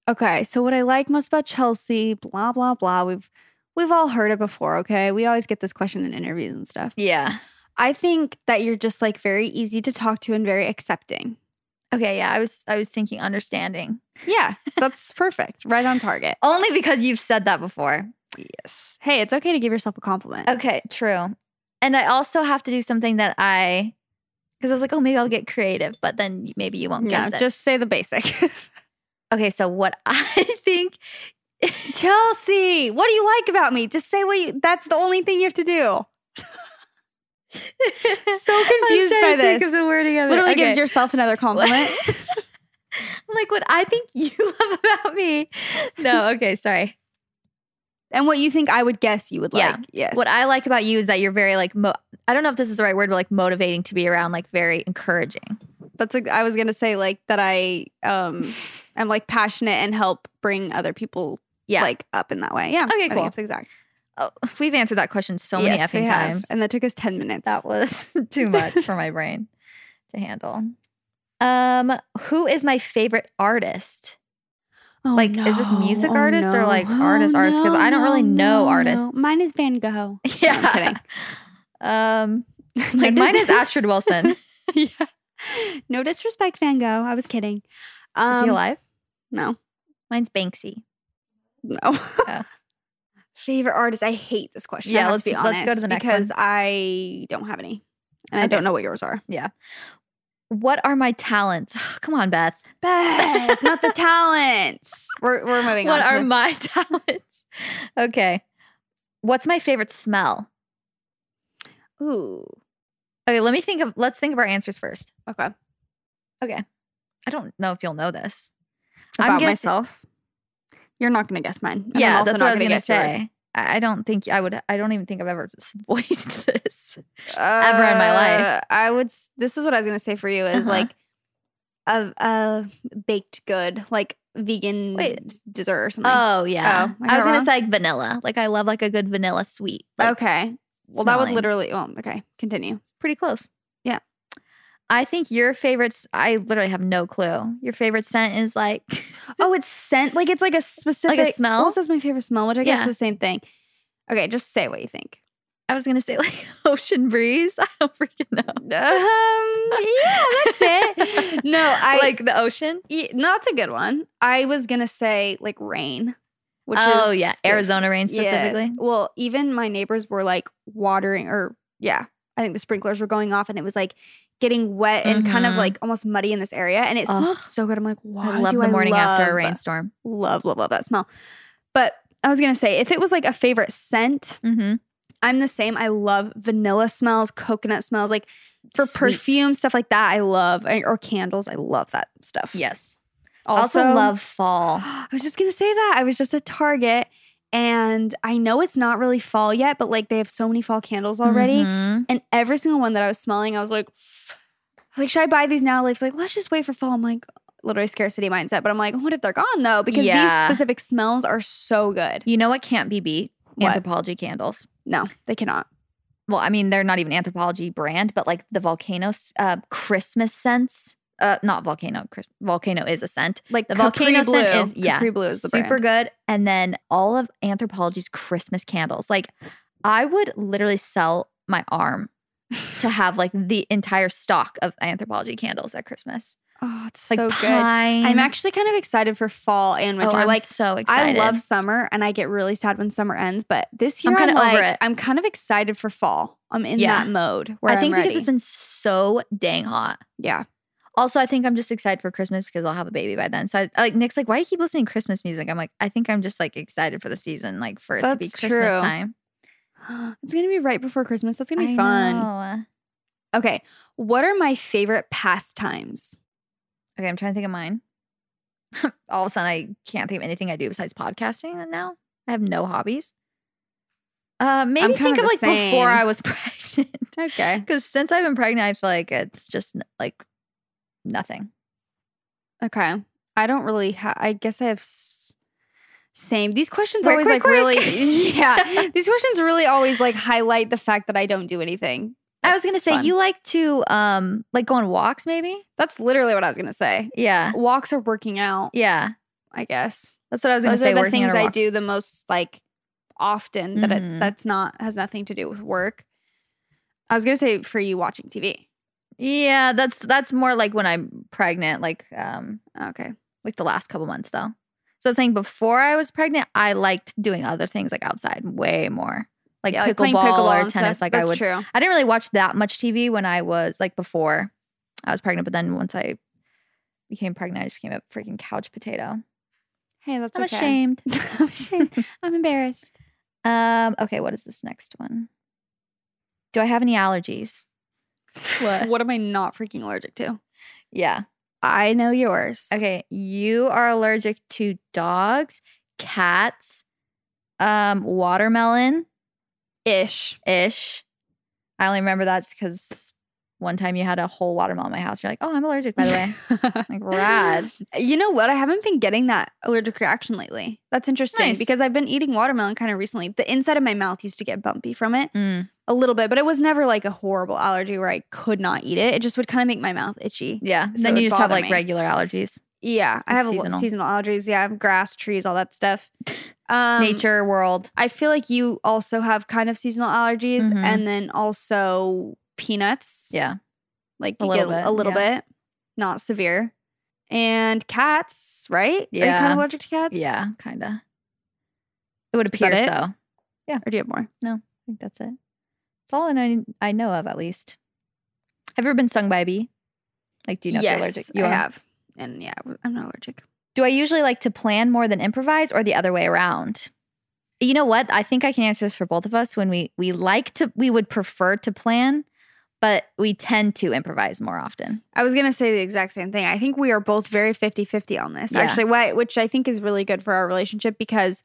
Speaker 2: Okay, so what I like most about Chelsea, blah blah blah. We've we've all heard it before, okay? We always get this question in interviews and stuff.
Speaker 3: Yeah.
Speaker 2: I think that you're just like very easy to talk to and very accepting.
Speaker 3: Okay. Yeah. I was. I was thinking understanding
Speaker 2: Yeah, that's perfect. Right on target.
Speaker 3: only because you've said that before.
Speaker 2: Yes. Hey, it's okay to give yourself a compliment.
Speaker 3: Okay. True. And I also have to do something that I, because I was like, oh, maybe I'll get creative, but then maybe you won't
Speaker 2: Yeah,
Speaker 3: guess it.
Speaker 2: just say the basic.
Speaker 3: okay. So what I think.
Speaker 2: Chelsea, what do you like about me? Just say what you that's the only thing you have to do.
Speaker 3: so
Speaker 2: confused by this.
Speaker 3: Of the wording of it.
Speaker 2: Literally gives
Speaker 3: Okay.
Speaker 2: yourself another compliment.
Speaker 3: I'm like what I think you love about me. No. Okay. Sorry.
Speaker 2: and what you think I would guess you would like.
Speaker 3: Yeah.
Speaker 2: Yes.
Speaker 3: What I like about you is that you're very like mo- I don't know if this is the right word, but like motivating to be around, like very encouraging.
Speaker 2: That's like I was gonna say like that I um I'm like passionate and help bring other people
Speaker 3: Yeah.
Speaker 2: like up in that way. Yeah.
Speaker 3: Okay,
Speaker 2: I think
Speaker 3: cool.
Speaker 2: it's exact.
Speaker 3: oh, we've answered that question so many
Speaker 2: Yes, we
Speaker 3: effing
Speaker 2: have.
Speaker 3: times.
Speaker 2: And that took us ten minutes.
Speaker 3: that was too much for my brain to handle. Um, who is my favorite artist?
Speaker 2: Oh,
Speaker 3: like, is this
Speaker 2: no.
Speaker 3: music
Speaker 2: Oh,
Speaker 3: artist or,
Speaker 2: no.
Speaker 3: like, artist,
Speaker 2: Oh,
Speaker 3: artist? 'Cause
Speaker 2: no,
Speaker 3: I don't really know
Speaker 2: no.
Speaker 3: artists.
Speaker 2: Mine is Van Gogh.
Speaker 3: Yeah,
Speaker 2: I'm kidding.
Speaker 3: Um, like mine is Astrid Wilson. Is
Speaker 2: yeah. No disrespect, Van Gogh. I was kidding. Um,
Speaker 3: he alive?
Speaker 2: No,
Speaker 3: Mine's Banksy.
Speaker 2: no.
Speaker 3: Oh.
Speaker 2: Favorite artist? I hate this question. I
Speaker 3: Yeah,
Speaker 2: have
Speaker 3: let's-
Speaker 2: to be
Speaker 3: let's go
Speaker 2: honest
Speaker 3: to the next
Speaker 2: because I don't have any, and I
Speaker 3: Okay.
Speaker 2: don't know what yours are.
Speaker 3: What are my talents? Come on, Beth.
Speaker 2: Beth, not the talents. We're we're moving
Speaker 3: what
Speaker 2: on. to
Speaker 3: are
Speaker 2: the-
Speaker 3: my talents? Okay. What's my favorite smell?
Speaker 2: Ooh.
Speaker 3: Okay, let me think of let's think of our answers first.
Speaker 2: Okay.
Speaker 3: I don't know if you'll know this. I'm
Speaker 2: About
Speaker 3: guessing-
Speaker 2: myself. You're not gonna guess mine. and I'm
Speaker 3: yeah,
Speaker 2: also
Speaker 3: that's
Speaker 2: not
Speaker 3: what I was
Speaker 2: gonna
Speaker 3: gonna,
Speaker 2: guess yours.
Speaker 3: say. I I don't think I would. I don't even think I've ever s- voiced this. ever in my life.
Speaker 2: Uh, I would. s- This is what I was gonna say for you is
Speaker 3: Uh-huh.
Speaker 2: like a, a baked good, like vegan
Speaker 3: Wait.
Speaker 2: s- dessert or something.
Speaker 3: Oh
Speaker 2: yeah. I
Speaker 3: I,
Speaker 2: got
Speaker 3: was
Speaker 2: it
Speaker 3: gonna
Speaker 2: wrong?
Speaker 3: say like vanilla. Like I love like a good vanilla sweet. like,
Speaker 2: okay.
Speaker 3: s-
Speaker 2: well, that would
Speaker 3: smelling.
Speaker 2: literally. Oh, okay. Continue.
Speaker 3: pretty close.
Speaker 2: Yeah.
Speaker 3: I think your favorites. I literally have no clue. Your favorite scent is like
Speaker 2: Oh, it's scent. Like it's like a specific
Speaker 3: smell?
Speaker 2: Also, it's my favorite smell, which I guess
Speaker 3: Yeah.
Speaker 2: is the same thing. Okay, just say what you think.
Speaker 3: I was gonna say like ocean breeze. I don't freaking know.
Speaker 2: Um, yeah, that's it. No, I like.
Speaker 3: like the ocean.
Speaker 2: E, No, that's a good one. I was gonna say like rain, which
Speaker 3: oh
Speaker 2: is
Speaker 3: yeah,
Speaker 2: different.
Speaker 3: Arizona rain
Speaker 2: Yes.
Speaker 3: specifically.
Speaker 2: Well, even my neighbors were like watering, or yeah, I think the sprinklers were going off, and it was like getting wet and kind of
Speaker 3: Mhm.
Speaker 2: like almost muddy in this area, and it smelled
Speaker 3: Ugh.
Speaker 2: so good. I'm like, why
Speaker 3: I love
Speaker 2: do
Speaker 3: the morning after a
Speaker 2: love-
Speaker 3: rainstorm.
Speaker 2: Love, love, love that smell. But I was gonna say, if it was like a favorite scent,
Speaker 3: Mm-hmm.
Speaker 2: I'm the same. I love vanilla smells, coconut smells, like for
Speaker 3: Sweet.
Speaker 2: perfume stuff like that. I love and- or candles. I love that stuff.
Speaker 3: Yes. Also, love fall.
Speaker 2: I was just gonna say that. I was just at Target and I know it's not really fall yet, but like they have so many fall candles already.
Speaker 3: Mhm.
Speaker 2: And every single one that I was smelling, I was like, I was like, should I buy these now? Leif's like, let's just wait for fall. I'm like, literally scarcity mindset, but I'm like, what if they're gone though? Because
Speaker 3: Yeah.
Speaker 2: these specific smells are so good.
Speaker 3: You know what can't be beat?
Speaker 2: What?
Speaker 3: Anthropology candles.
Speaker 2: No, they cannot.
Speaker 3: Well, I mean, they're not even anthropology brand, but like the volcano s- uh, Christmas scents. Uh, not volcano. Chris, volcano is a scent.
Speaker 2: Like
Speaker 3: The
Speaker 2: Capri
Speaker 3: volcano
Speaker 2: Blue.
Speaker 3: scent is yeah,
Speaker 2: Capri Blue is the
Speaker 3: super
Speaker 2: brand.
Speaker 3: good. And then all of anthropology's Christmas candles. Like, I would literally sell my arm to have like the entire stock of anthropology candles at Christmas.
Speaker 2: Oh, it's
Speaker 3: Like
Speaker 2: so good.
Speaker 3: pine.
Speaker 2: I'm actually kind of excited for fall and
Speaker 3: oh,
Speaker 2: winter.
Speaker 3: I'm
Speaker 2: like
Speaker 3: so
Speaker 2: I
Speaker 3: excited.
Speaker 2: love summer and I get really sad when summer ends, but this
Speaker 3: I'm
Speaker 2: year I'm,
Speaker 3: kinda
Speaker 2: like,
Speaker 3: over it.
Speaker 2: I'm kind of excited for fall. I'm in
Speaker 3: Yeah.
Speaker 2: that mode where
Speaker 3: I think
Speaker 2: I'm
Speaker 3: because it's
Speaker 2: ready.
Speaker 3: been so dang hot.
Speaker 2: yeah.
Speaker 3: Also, I think I'm just excited for Christmas because I'll have a baby by then. So, I, like Nick's like, why do you keep listening to Christmas music? I'm like, I think I'm just like excited for the season, like for it to be
Speaker 2: That's
Speaker 3: Christmas
Speaker 2: true.
Speaker 3: time.
Speaker 2: It's gonna be right before Christmas. That's gonna be
Speaker 3: I
Speaker 2: fun.
Speaker 3: know.
Speaker 2: Okay. What are my favorite pastimes?
Speaker 3: Okay, I'm trying to think of mine. All of a sudden, I can't think of anything I do besides podcasting now. I have no hobbies. Uh, maybe
Speaker 2: kinda
Speaker 3: think of
Speaker 2: the
Speaker 3: like before
Speaker 2: same.
Speaker 3: I was pregnant.
Speaker 2: Okay.
Speaker 3: Because since I've been pregnant, I feel like it's just n- like nothing.
Speaker 2: Okay. I don't really. Ha- I guess I have s- same. These questions
Speaker 3: Quick,
Speaker 2: always
Speaker 3: quick,
Speaker 2: like really.
Speaker 3: quick.
Speaker 2: yeah. These questions really always like highlight the fact that I don't do anything.
Speaker 3: I was gonna
Speaker 2: That's
Speaker 3: say
Speaker 2: fun.
Speaker 3: you like to um like go on walks, maybe.
Speaker 2: That's literally what I was gonna say.
Speaker 3: Yeah,
Speaker 2: Walks or working out.
Speaker 3: yeah.
Speaker 2: I guess
Speaker 3: That's what I was gonna
Speaker 2: those
Speaker 3: say.
Speaker 2: are the
Speaker 3: working on
Speaker 2: things
Speaker 3: our
Speaker 2: I
Speaker 3: walks.
Speaker 2: do the most like often. That
Speaker 3: Mhm.
Speaker 2: it, that's not has nothing to do with work. I was gonna say for you watching TV.
Speaker 3: Yeah, that's that's more like when I'm pregnant, like um
Speaker 2: Okay.
Speaker 3: like the last couple months though. So I was saying before I was pregnant, I liked doing other things like outside way more. Like
Speaker 2: Yeah,
Speaker 3: pickleball
Speaker 2: playing pickleball
Speaker 3: or
Speaker 2: and
Speaker 3: tennis.
Speaker 2: stuff.
Speaker 3: Like
Speaker 2: that's
Speaker 3: I would
Speaker 2: True.
Speaker 3: I didn't really watch that much TV when I was like before I was pregnant, but then once I became pregnant, I just became a freaking couch potato.
Speaker 2: Hey, that's
Speaker 3: I'm
Speaker 2: okay.
Speaker 3: ashamed.
Speaker 2: I'm ashamed. I'm embarrassed.
Speaker 3: Um, okay, what is this next one? Do I have any allergies? What?
Speaker 2: What am I not freaking allergic to?
Speaker 3: Yeah.
Speaker 2: I know yours.
Speaker 3: Okay, you are allergic to dogs, cats, um, watermelon
Speaker 2: Ish.
Speaker 3: ish. I only remember that's because one time you had a whole watermelon in my house. You're like, oh, I'm allergic, by the way.
Speaker 2: way.
Speaker 3: like, rad.
Speaker 2: You know what? I haven't been getting that allergic reaction lately. That's interesting
Speaker 3: Nice.
Speaker 2: because I've been eating watermelon kind of recently. The inside of my mouth used to get bumpy from it
Speaker 3: Mm,
Speaker 2: a little bit, but it was never like a horrible allergy where I could not eat it. It just would kind of make my mouth itchy.
Speaker 3: yeah.
Speaker 2: So
Speaker 3: then
Speaker 2: it
Speaker 3: you just have
Speaker 2: bother
Speaker 3: like
Speaker 2: me.
Speaker 3: regular allergies,
Speaker 2: Yeah, I
Speaker 3: Like
Speaker 2: have seasonal.
Speaker 3: seasonal.
Speaker 2: seasonal allergies. Yeah, I have grass, trees, all that stuff. Um,
Speaker 3: nature, world.
Speaker 2: I feel like you also have kind of seasonal allergies
Speaker 3: Mhm.
Speaker 2: and then also peanuts.
Speaker 3: Yeah.
Speaker 2: Like
Speaker 3: A
Speaker 2: you
Speaker 3: little
Speaker 2: get
Speaker 3: bit,
Speaker 2: a little bit, not severe. And cats, right? Are you kind
Speaker 3: Yeah.
Speaker 2: of allergic to cats?
Speaker 3: yeah, kind of. It would
Speaker 2: Is that
Speaker 3: appear
Speaker 2: it?
Speaker 3: so. I
Speaker 2: Or do you have more?
Speaker 3: think that's it. It's all that I, I know of, at least. Have you ever been stung by a bee? Like, do you know
Speaker 2: yes,
Speaker 3: if
Speaker 2: I
Speaker 3: you're allergic? are?
Speaker 2: have. And yeah, I'm not allergic.
Speaker 3: Do I usually like to plan more than improvise or the other way around? You know what? I think I can answer this for both of us when we we like to we would prefer to plan, but we tend to improvise more often.
Speaker 2: I was going to say the exact same thing. I think we are both very 50 50 on this,
Speaker 3: Yeah.
Speaker 2: actually, why, which I think is really good for our relationship because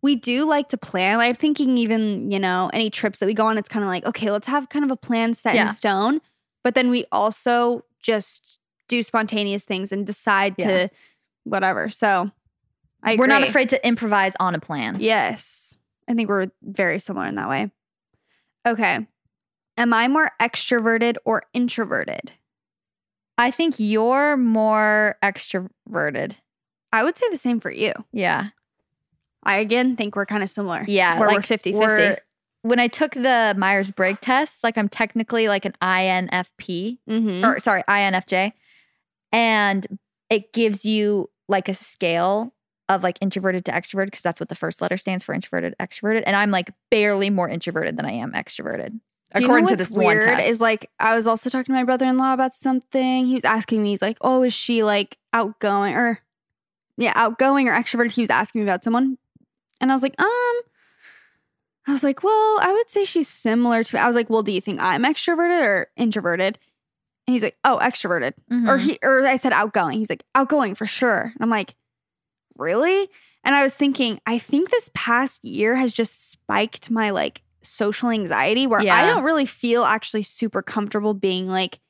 Speaker 2: we do like to plan. Like, I'm thinking, even, you know, any trips that we go on, it's kind of like, okay, let's have kind of a plan set
Speaker 3: Yeah.
Speaker 2: in stone. But then we also just do spontaneous things and decide
Speaker 3: Yeah.
Speaker 2: to whatever. So I
Speaker 3: We're not
Speaker 2: agree.
Speaker 3: afraid to improvise on a plan.
Speaker 2: Yes. I think we're very similar in that way. Okay. Am I more extroverted or introverted?
Speaker 3: I think you're more extroverted.
Speaker 2: I would say the same for you.
Speaker 3: Yeah.
Speaker 2: I again think we're kind of similar.
Speaker 3: Yeah.
Speaker 2: Where
Speaker 3: like,
Speaker 2: we're 50
Speaker 3: we're-
Speaker 2: 50.
Speaker 3: When I took the Myers Briggs test, like I'm technically like an INFP.
Speaker 2: Mm-hmm.
Speaker 3: or sorry, INFJ. And it gives you like a scale of like introverted to extroverted because that's what the first letter stands for introverted, extroverted. And I'm like barely more introverted than I am extroverted. according to this one
Speaker 2: weird
Speaker 3: test.
Speaker 2: is like I was also talking to my brother in law about something. He was asking me, he's like, "Oh, is she like outgoing or yeah, outgoing or extroverted?" He was asking me about someone, and I was like, "Um," I was like, "Well, I would say she's similar to." I was like, "Well, do you think I'm extroverted or introverted?" And he's like, "Oh, extroverted." or
Speaker 3: Or he-
Speaker 2: he or I said outgoing. He's like outgoing for sure. And I'm like, really? And I was thinking, I think this past year has just spiked my like social anxiety where I
Speaker 3: Yeah.
Speaker 2: don't really feel actually super comfortable being like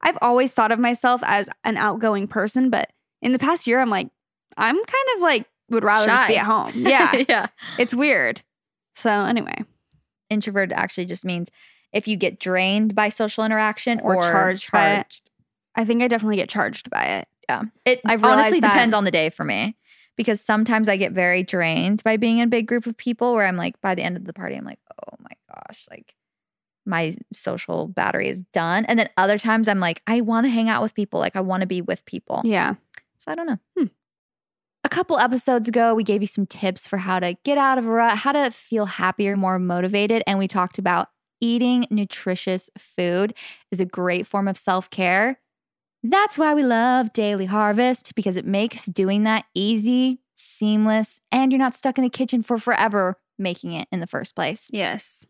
Speaker 2: I've always thought of myself as an outgoing person, but in the past year, I'm like, I'm kind of like, would rather just be
Speaker 3: Shy.
Speaker 2: at home. Yeah.
Speaker 3: yeah.
Speaker 2: it's weird. So, anyway,
Speaker 3: Introvert actually just means if you get drained by social interaction
Speaker 2: Or
Speaker 3: or,
Speaker 2: charged by it.
Speaker 3: charged.
Speaker 2: I think I definitely get charged by it.
Speaker 3: Yeah. It
Speaker 2: I've realized
Speaker 3: honestly
Speaker 2: that.
Speaker 3: depends on the day for me because sometimes I get very drained by being in a big group of people where I'm like, by the end of the party, I'm like, oh my gosh, like my social battery is done. And then other times I'm like, I want to hang out with people. Like I want to be with people.
Speaker 2: Yeah.
Speaker 3: So I don't know.
Speaker 2: Hmm.
Speaker 3: A couple episodes ago, we gave you some tips for how to get out of a rut, how to feel happier, more motivated. And we talked about eating nutritious food is a great form of self care. That's why we love Daily Harvest because it makes doing that easy, seamless, and you're not stuck in the kitchen for forever making it in the first place.
Speaker 2: Yes.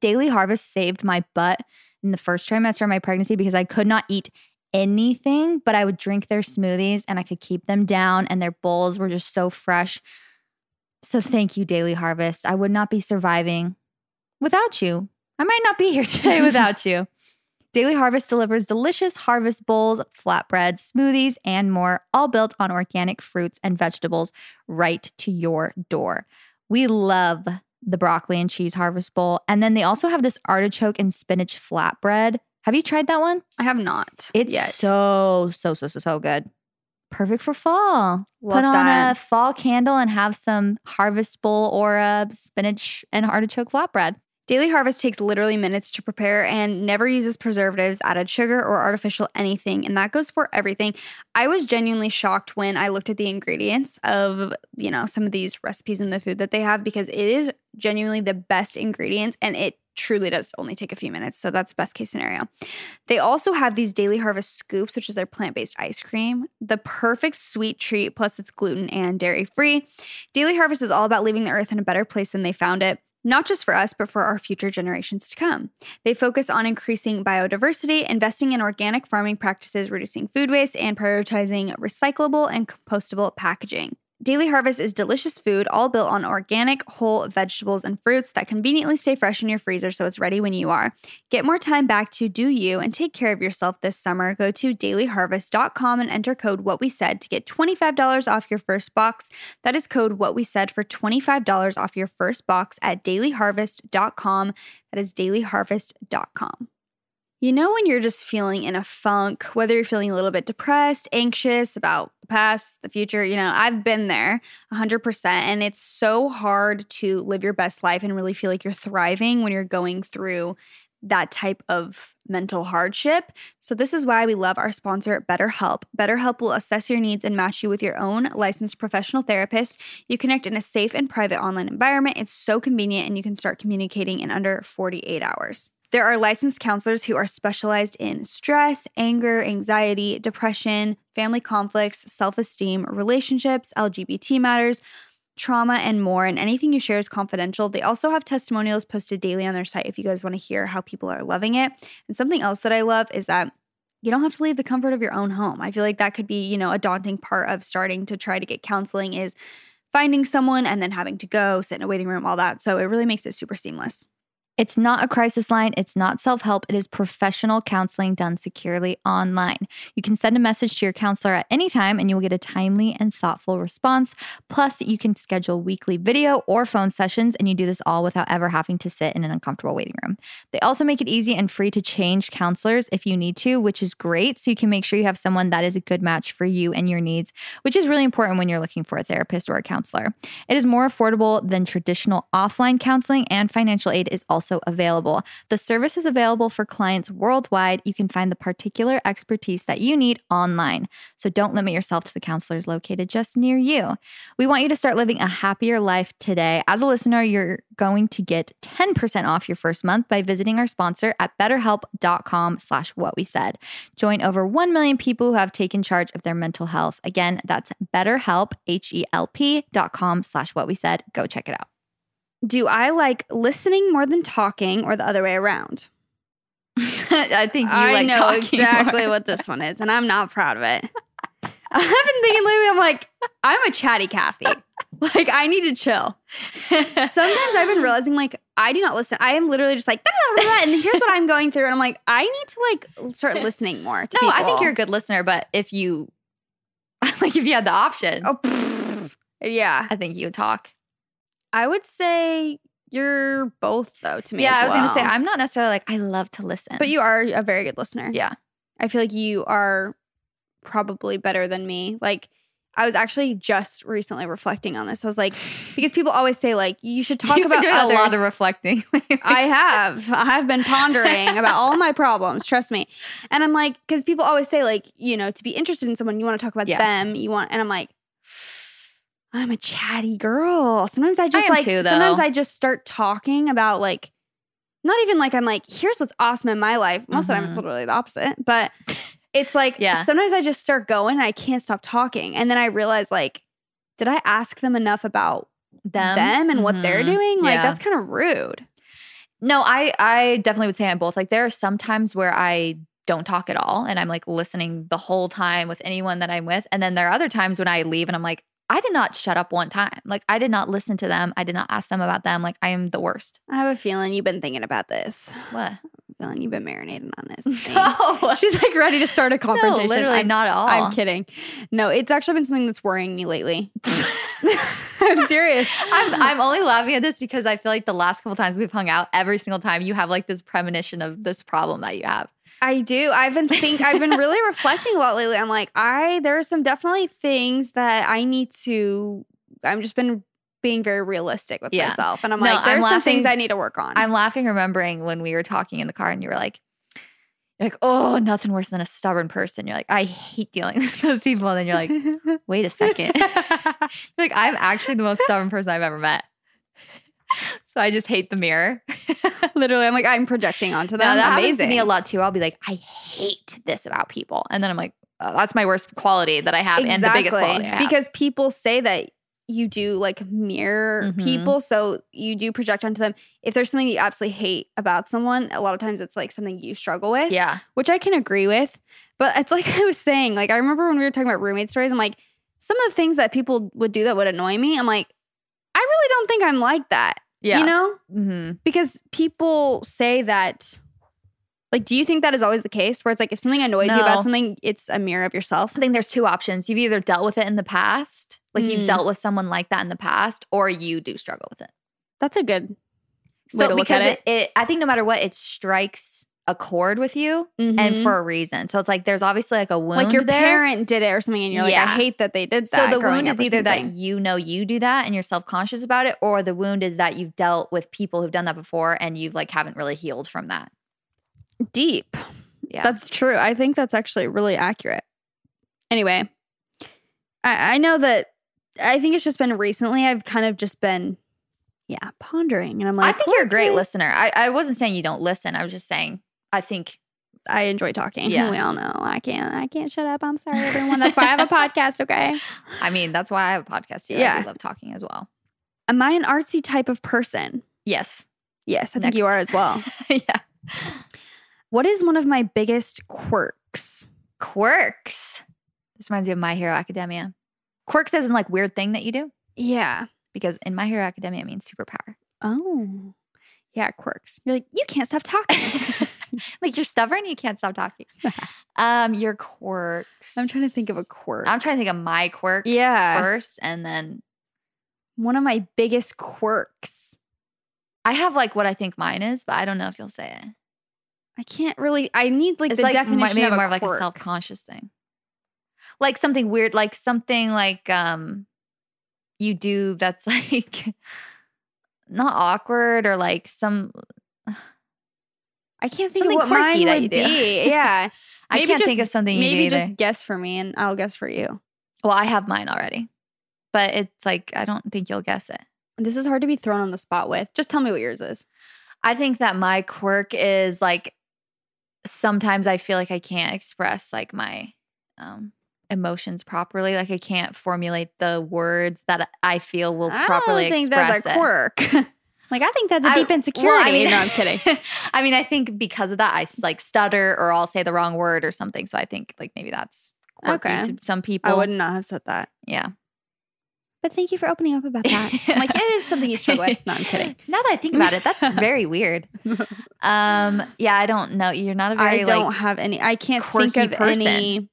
Speaker 3: Daily Harvest saved my butt in the first trimester of my pregnancy because I could not eat anything, but I would drink their smoothies and I could keep them down, and their bowls were just so fresh. So thank you, Daily Harvest. I would not be surviving without you. I might not be here today without you. Daily Harvest delivers delicious harvest bowls, flatbreads, smoothies, and more, all built on organic fruits and vegetables right to your door. We love the broccoli and cheese harvest bowl. And then they also have this artichoke and spinach flatbread. Have you tried that one?
Speaker 2: I have not.
Speaker 3: It's
Speaker 2: yet.
Speaker 3: so, so, so, so, so good. Perfect for fall.
Speaker 2: Love
Speaker 3: Put on
Speaker 2: that.
Speaker 3: a fall candle and have some harvest bowl or a spinach and artichoke flatbread.
Speaker 2: Daily Harvest takes literally minutes to prepare and never uses preservatives, added sugar, or artificial anything. And that goes for everything. I was genuinely shocked when I looked at the ingredients of, you know, some of these recipes in the food that they have because it is genuinely the best ingredients and it truly does only take a few minutes. So that's best case scenario. They also have these Daily Harvest scoops, which is their plant based ice cream, the perfect sweet treat, plus it's gluten and dairy free. Daily Harvest is all about leaving the earth in a better place than they found it. Not just for us, but for our future generations to come. They focus on increasing biodiversity, investing in organic farming practices, reducing food waste, and prioritizing recyclable and compostable packaging. Daily Harvest is delicious food, all built on organic, whole vegetables and fruits that conveniently stay fresh in your freezer so it's ready when you are. Get more time back to do you and take care of yourself this summer. Go to dailyharvest.com and enter code what we said to get $25 off your first box. That is code what we said for $25 off your first box at dailyharvest.com. That is dailyharvest.com. You know, when you're just feeling in a funk, whether you're feeling a little bit depressed, anxious about the past, the future, you know, I've been there 100%. And it's so hard to live your best life and really feel like you're thriving when you're going through that type of mental hardship. So, this is why we love our sponsor, BetterHelp. BetterHelp will assess your needs and match you with your own licensed professional therapist. You connect in a safe and private online environment. It's so convenient, and you can start communicating in under 48 hours. There are licensed counselors who are specialized in stress, anger, anxiety, depression, family conflicts, self esteem, relationships, LGBT matters, trauma, and more. And anything you share is confidential. They also have testimonials posted daily on their site if you guys want to hear how people are loving it. And something else that I love is that you don't have to leave the comfort of your own home. I feel like that could be, you know, a daunting part of starting to try to get counseling is finding someone and then having to go sit in a waiting room, all that. So it really makes it super seamless.
Speaker 3: It's not a crisis line. It's not self help. It is professional counseling done securely online. You can send a message to your counselor at any time and you will get a timely and thoughtful response. Plus, you can schedule weekly video or phone sessions, and you do this all without ever having to sit in an uncomfortable waiting room. They also make it easy and free to change counselors if you need to, which is great. So you can make sure you have someone that is a good match for you and your needs, which is really important when you're looking for a therapist or a counselor. It is more affordable than traditional offline counseling, and financial aid is also available. The service is available for clients worldwide. You can find the particular expertise that you need online. So don't limit yourself to the counselors located just near you. We want you to start living a happier life today. As a listener, you're going to get 10% off your first month by visiting our sponsor at betterhelp.com slash what we said. Join over 1 million people who have taken charge of their mental health. Again, that's betterhelp, H-E-L-P dot com slash what we said. Go check it out.
Speaker 2: Do I like listening more than talking or the other way around?
Speaker 3: I think
Speaker 2: I know exactly what this one is, and I'm not proud of it. I've been thinking lately, I'm like, I'm a chatty Cathy. Like, I need to chill. Sometimes I've been realizing, like, I do not listen. I am literally just like, "Blah, blah, blah," and here's what I'm going through. And I'm like, I need to like start listening more. To
Speaker 3: No, I think
Speaker 2: people.
Speaker 3: you're a good listener, but if you like if you had the option,
Speaker 2: Oh, pfft. yeah.
Speaker 3: I think you would talk.
Speaker 2: I would say you're both though to me.
Speaker 3: yeah,
Speaker 2: as
Speaker 3: I was gonna say
Speaker 2: well.
Speaker 3: I'm not necessarily like I love to listen.
Speaker 2: But you are a very good listener.
Speaker 3: Yeah.
Speaker 2: I feel like you are probably better than me. Like I was actually just recently reflecting on this. I was like, because people always say like you should talk
Speaker 3: You've been
Speaker 2: about
Speaker 3: doing
Speaker 2: other.
Speaker 3: a lot of reflecting.
Speaker 2: I have. I've been pondering about all my problems. Trust me. And I'm like, because people always say like you know to be interested in someone you want to talk about
Speaker 3: Yeah.
Speaker 2: them. You want, and I'm like. I'm a chatty girl. Sometimes I just
Speaker 3: am
Speaker 2: like
Speaker 3: too, though.
Speaker 2: sometimes I just start talking about like not even like I'm like, here's what's awesome in my life. Most of the time it's
Speaker 3: Mhm.
Speaker 2: literally the opposite. But it's like
Speaker 3: Yeah.
Speaker 2: sometimes I just start going and I can't stop talking. And then I realize like, did I ask them enough about them, and what they're
Speaker 3: Mhm.
Speaker 2: doing? Like
Speaker 3: Yeah.
Speaker 2: that's kind of rude.
Speaker 3: No, I I definitely would say I'm both. Like there are some times where I don't talk at all and I'm like listening the whole time with anyone that I'm with. And then there are other times when I leave and I'm like, I did not shut up one time. Like I did not listen to them. I did not ask them about them. Like I am the worst.
Speaker 2: I have a feeling you've been thinking about this. I
Speaker 3: What?
Speaker 2: have a feeling you've been marinating on this. thing. She's like ready to start a confrontation.
Speaker 3: Oh. No, literally
Speaker 2: I'm,
Speaker 3: not at all.
Speaker 2: I'm kidding. No, it's actually been something that's worrying me lately. I'm serious.
Speaker 3: I'm, I'm only laughing at this because I feel like the last couple times we've hung out, every single time you have like this premonition of this problem that you have.
Speaker 2: I do. I've been think I've been really reflecting a lot lately. I'm like, I there are some definitely things that I need to I've just been being very realistic with
Speaker 3: Yeah.
Speaker 2: myself. And I'm
Speaker 3: No,
Speaker 2: like, there's
Speaker 3: I'm
Speaker 2: some things
Speaker 3: laughing-
Speaker 2: I need to work on.
Speaker 3: I'm laughing remembering when we were talking in the car and you were like, you're like, oh, nothing worse than a stubborn person. You're like, I hate dealing with those people. And then you're like, wait a second. You're like, I'm actually the most stubborn person I've ever met. So I just hate the mirror.
Speaker 2: literally, I'm like, I'm projecting onto them.
Speaker 3: Now, that happens to
Speaker 2: Amazing.
Speaker 3: me a lot too. I'll be like, I hate this about people. And then I'm like, oh, that's my worst quality that I have
Speaker 2: Exactly.
Speaker 3: and the biggest quality. I have.
Speaker 2: Because people say that you do like mirror
Speaker 3: Mhm.
Speaker 2: people. So you do project onto them. If there's something you absolutely hate about someone, a lot of times it's like something you struggle with.
Speaker 3: yeah.
Speaker 2: which I can agree with. But it's like I was saying, like I remember when we were talking about roommate stories, I'm like, some of the things that people would do that would annoy me, I'm like, I really don't think I'm like that.
Speaker 3: Yeah.
Speaker 2: You know?
Speaker 3: hmm
Speaker 2: Because people say that like, do you think that is always the case? Where it's like if something annoys you
Speaker 3: No.
Speaker 2: about something, it's a mirror of yourself.
Speaker 3: I think there's two options. You've either dealt with it in the past, like
Speaker 2: Mm.
Speaker 3: you've dealt with someone like that in the past, or you do struggle with it.
Speaker 2: That's a good way to
Speaker 3: So
Speaker 2: look
Speaker 3: because
Speaker 2: at
Speaker 3: it. It, I think no matter what, it strikes a chord with you and
Speaker 2: Mhm.
Speaker 3: for a reason. So it's like there's obviously like a wound
Speaker 2: like your
Speaker 3: there.
Speaker 2: parent did it or something, and you're like,
Speaker 3: Yeah.
Speaker 2: I hate that they did
Speaker 3: so
Speaker 2: that.
Speaker 3: the
Speaker 2: growing
Speaker 3: wound
Speaker 2: up
Speaker 3: is
Speaker 2: or
Speaker 3: either that
Speaker 2: something.
Speaker 3: you know you do that and you're self-conscious about it, or the wound is that you've dealt with people who've done that before and you've like haven't really healed from that.
Speaker 2: deep.
Speaker 3: Yeah.
Speaker 2: That's true. I think that's actually really accurate. Anyway, I, I know that I think it's just been recently I've kind of just been, yeah, pondering. And I'm like,
Speaker 3: I think you're a great
Speaker 2: okay.
Speaker 3: listener. I, I wasn't saying you don't listen. I was just saying I think
Speaker 2: I enjoy talking.
Speaker 3: Yeah.
Speaker 2: We all know. I can't I can't shut up. I'm sorry, everyone. That's why I have a podcast, okay?
Speaker 3: I mean that's why I have a podcast too. I
Speaker 2: Yeah.
Speaker 3: do love talking as well.
Speaker 2: Am I an artsy type of person?
Speaker 3: Yes.
Speaker 2: Yes, I think you
Speaker 3: Next.
Speaker 2: are as well.
Speaker 3: yeah.
Speaker 2: what is one of my biggest quirks?
Speaker 3: Quirks. This reminds me of My Hero Academia. Quirks isn't like weird thing that you do
Speaker 2: Yeah.
Speaker 3: because in My Hero Academia it means superpower.
Speaker 2: Oh. Yeah, quirks. You're like, you can't stop talking.
Speaker 3: like you're stubborn, you can't stop talking. um, your quirks.
Speaker 2: I'm trying to think of a quirk.
Speaker 3: I'm trying to think of my quirk
Speaker 2: yeah.
Speaker 3: first, and then
Speaker 2: one of my biggest quirks.
Speaker 3: I have like what I think mine is, but I don't know if you'll say it.
Speaker 2: I can't really. I need like
Speaker 3: it's
Speaker 2: the
Speaker 3: like mi-
Speaker 2: definition
Speaker 3: maybe
Speaker 2: of a
Speaker 3: more of like a
Speaker 2: quirk.
Speaker 3: self conscious thing, like something weird, like something like um, you do that's like not awkward or like some.
Speaker 2: I can't think of
Speaker 3: something
Speaker 2: what mine
Speaker 3: quirky that you
Speaker 2: would
Speaker 3: do.
Speaker 2: be. Yeah,
Speaker 3: I
Speaker 2: Maybe
Speaker 3: can't
Speaker 2: just-
Speaker 3: think of something. You
Speaker 2: maybe
Speaker 3: do
Speaker 2: just
Speaker 3: either.
Speaker 2: guess for me, and I'll guess for you.
Speaker 3: well, I have mine already, but it's like I don't think you'll guess it.
Speaker 2: This is hard to be thrown on the spot with. Just tell me what yours is.
Speaker 3: I think that my quirk is like sometimes I feel like I can't express like my um emotions properly. Like I can't formulate the words that I feel will
Speaker 2: I
Speaker 3: properly
Speaker 2: don't think
Speaker 3: express
Speaker 2: that's a
Speaker 3: it.
Speaker 2: quirk. like I think that's a
Speaker 3: I-
Speaker 2: deep
Speaker 3: well, I
Speaker 2: insecurity.
Speaker 3: mean-
Speaker 2: no, I'm kidding.
Speaker 3: I mean, I think because of that, I s- like stutter or I'll say the wrong word or something. So I think like maybe that's quirky
Speaker 2: Okay.
Speaker 3: to some people.
Speaker 2: I would not have said that.
Speaker 3: Yeah.
Speaker 2: But thank you for opening up about that. I'm like, it is something you struggle with. No, I'm kidding.
Speaker 3: Now that I think about it, that's very weird. Um, yeah, I don't know. You're not a very
Speaker 2: I don't
Speaker 3: like
Speaker 2: have any. I can't think
Speaker 3: quirky
Speaker 2: of
Speaker 3: person.
Speaker 2: any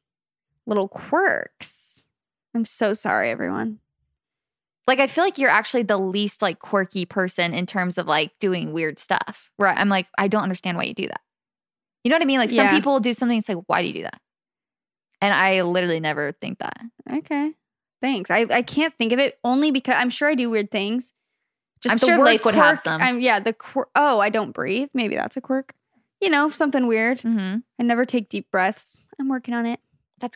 Speaker 2: little quirks. I'm so sorry, everyone.
Speaker 3: like I feel like you're actually the least like quirky person in terms of like doing weird stuff. Where I'm like, I don't understand why you do that. You know what I mean? Like
Speaker 2: Yeah.
Speaker 3: some people do something. It's like, why do you do that? And I literally never think that.
Speaker 2: Okay. Thanks. I, I can't think of it only because I'm sure I do weird things.
Speaker 3: I'm
Speaker 2: the
Speaker 3: sure
Speaker 2: word
Speaker 3: Leif would have
Speaker 2: quirk,
Speaker 3: some.
Speaker 2: I'm, yeah, the quirk. Oh, I don't breathe. Maybe that's a quirk. You know, something weird.
Speaker 3: Mm-hmm.
Speaker 2: I never take deep breaths. I'm working on it.
Speaker 3: That's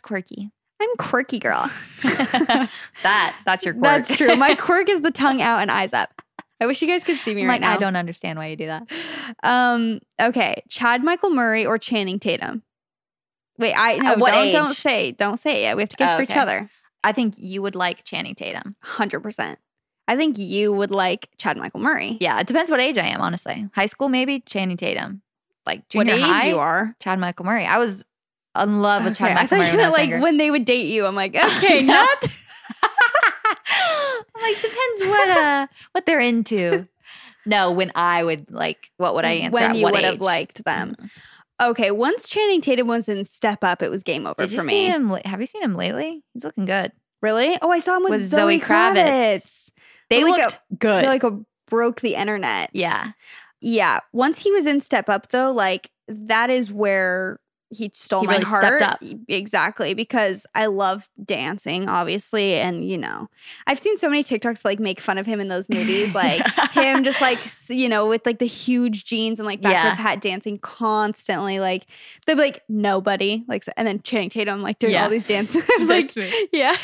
Speaker 3: quirky.
Speaker 2: I'm quirky girl.
Speaker 3: that that's your quirk.
Speaker 2: That's true. My quirk is the tongue out and eyes up. I wish you guys could see me
Speaker 3: I'm
Speaker 2: right
Speaker 3: like
Speaker 2: now.
Speaker 3: I don't understand why you do that.
Speaker 2: Um. Okay. Chad Michael Murray or Channing Tatum. Wait. I no.
Speaker 3: At what
Speaker 2: don't, don't
Speaker 3: age?
Speaker 2: say. Don't say it. yet. We have to guess
Speaker 3: Oh,
Speaker 2: for each
Speaker 3: okay.
Speaker 2: other.
Speaker 3: I think you would like Channing Tatum.
Speaker 2: Hundred percent. I think you would like Chad Michael Murray.
Speaker 3: Yeah, it depends what age I am. Honestly, high school maybe Channing Tatum. Like
Speaker 2: What
Speaker 3: junior
Speaker 2: age
Speaker 3: high,
Speaker 2: you are?
Speaker 3: Chad Michael Murray. I was in love with Chad
Speaker 2: Okay, I thought you
Speaker 3: Michael Murray. When I
Speaker 2: meant
Speaker 3: was
Speaker 2: like
Speaker 3: younger.
Speaker 2: when they would date you. I'm like, okay,
Speaker 3: No.
Speaker 2: not
Speaker 3: I'm like depends what uh what they're into. No, when I would like, what would I answer?
Speaker 2: when
Speaker 3: at
Speaker 2: you
Speaker 3: what
Speaker 2: would have
Speaker 3: age?
Speaker 2: liked them.
Speaker 3: Mhm.
Speaker 2: Okay, once Channing Tatum was in Step Up, it was game over
Speaker 3: Did
Speaker 2: for
Speaker 3: you
Speaker 2: me.
Speaker 3: see him? la- Have you seen him lately? He's looking good.
Speaker 2: Really? Oh, I saw him with,
Speaker 3: With
Speaker 2: Zoe
Speaker 3: Zoe Kravitz.
Speaker 2: Kravitz.
Speaker 3: They
Speaker 2: They're like
Speaker 3: looked
Speaker 2: They
Speaker 3: good.
Speaker 2: like a, broke the internet.
Speaker 3: yeah,
Speaker 2: Yeah. Once he was in Step Up, though, like that is where he stole
Speaker 3: He
Speaker 2: my
Speaker 3: really
Speaker 2: heart. E,
Speaker 3: stepped up.
Speaker 2: Exactly. Because I love dancing, obviously. And, you know, I've seen so many TikToks like make fun of him in those movies. Like him just like, s- you know, with like the huge jeans and like
Speaker 3: Yeah.
Speaker 2: backwards hat dancing constantly. Like they'd be like, nobody. Like, s- and then Channing Tatum like doing
Speaker 3: Yeah.
Speaker 2: all these dances. I was like, yeah.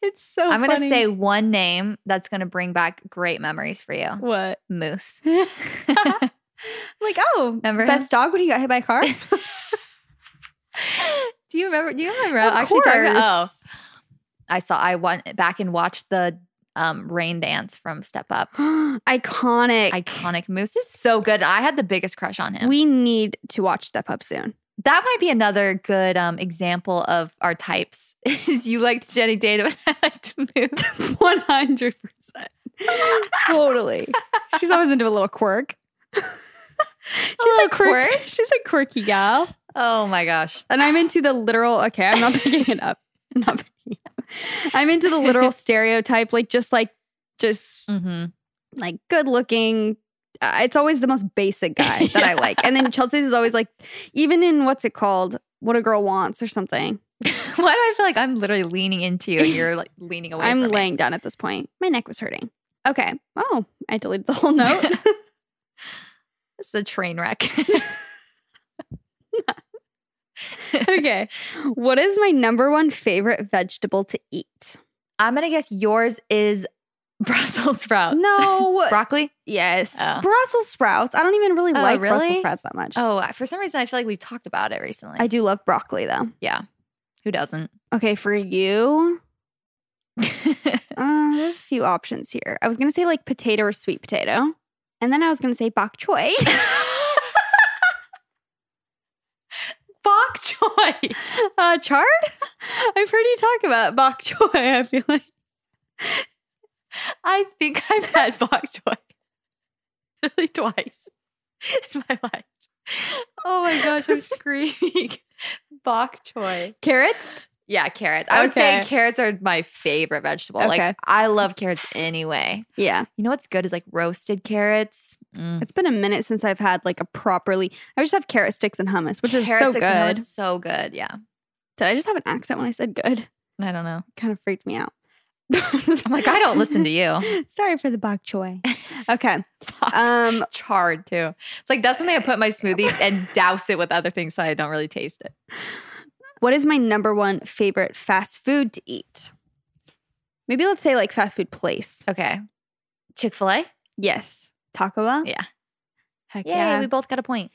Speaker 2: It's so
Speaker 3: I'm gonna
Speaker 2: funny.
Speaker 3: say one name that's gonna bring back great memories for you.
Speaker 2: what?
Speaker 3: Moose.
Speaker 2: Like, oh,
Speaker 3: Remember him?
Speaker 2: Beth's dog when he got hit by a car?
Speaker 3: Do you remember? Do you remember?
Speaker 2: Of
Speaker 3: actually talking about-
Speaker 2: course.
Speaker 3: oh, I saw. I went back and watched the um, rain dance from Step Up.
Speaker 2: oh. Iconic.
Speaker 3: Iconic Moose is so good. I had the biggest crush on him.
Speaker 2: We need to watch Step Up soon.
Speaker 3: that might be another good um, example of our types. Is you liked Jenny Data, but I liked Moose.
Speaker 2: 100%. totally. She's always into a little quirk. She's a,
Speaker 3: little
Speaker 2: quirk-
Speaker 3: quirk?
Speaker 2: She's a quirky gal.
Speaker 3: oh my gosh!
Speaker 2: And I'm into the literal, okay, I'm not picking it up. I'm not picking it up. I'm into the literal stereotype, like just like, just
Speaker 3: Mm-hmm.
Speaker 2: like good looking. Uh, it's always the most basic guy that I like. And then Chelsea's is always like, even in what's it called? What a girl wants or something.
Speaker 3: Why do I feel like I'm literally leaning into you? and You're like leaning away.
Speaker 2: I'm
Speaker 3: from me?
Speaker 2: laying down at this point. My neck was hurting. Okay. Oh, I deleted the whole note.
Speaker 3: This is a train wreck.
Speaker 2: okay. What is my number one favorite vegetable to eat?
Speaker 3: I'm gonna guess yours is Brussels sprouts.
Speaker 2: No.
Speaker 3: Uh, broccoli.
Speaker 2: yes.
Speaker 3: Oh.
Speaker 2: Brussels sprouts. I don't even really
Speaker 3: Oh,
Speaker 2: like Brussels
Speaker 3: really?
Speaker 2: sprouts that much.
Speaker 3: Oh, I- for some reason, I feel like we've talked about it recently.
Speaker 2: I do love broccoli though.
Speaker 3: yeah. Who doesn't?
Speaker 2: Okay, for you, uh, there's a few options here. I was gonna say like potato or sweet potato, and then I was gonna say bok choy.
Speaker 3: Bok choy.
Speaker 2: uh, chard. I've heard you talk about bok choy. I feel like
Speaker 3: I think I've had bok choy literally twice in my life. Oh my gosh, I'm screaming. Bok choy.
Speaker 2: carrots.
Speaker 3: Yeah, carrots. I would say
Speaker 2: Okay.
Speaker 3: carrots are my favorite vegetable.
Speaker 2: Okay.
Speaker 3: Like I love carrots anyway.
Speaker 2: Yeah,
Speaker 3: You know what's good is like roasted carrots. Mm.
Speaker 2: It's been a minute since I've had like a properly. I just have carrot sticks and hummus, which is
Speaker 3: Carrot
Speaker 2: so
Speaker 3: sticks and hummus
Speaker 2: good.
Speaker 3: is so good. Yeah.
Speaker 2: Did I just have an accent when I said good?
Speaker 3: I don't know.
Speaker 2: Kind of freaked me out.
Speaker 3: I'm like, I don't listen to you.
Speaker 2: Sorry for the bok choy. Okay. Um.
Speaker 3: charred too. It's like that's something I put in my smoothie and douse it with other things so I don't really taste it.
Speaker 2: What is my number one favorite fast food to eat? Maybe let's say like fast food place.
Speaker 3: Okay. Chick fil A?
Speaker 2: Yes, Taco Bell.
Speaker 3: Yeah.
Speaker 2: Heck
Speaker 3: Yeah,
Speaker 2: yeah.
Speaker 3: we both got a point.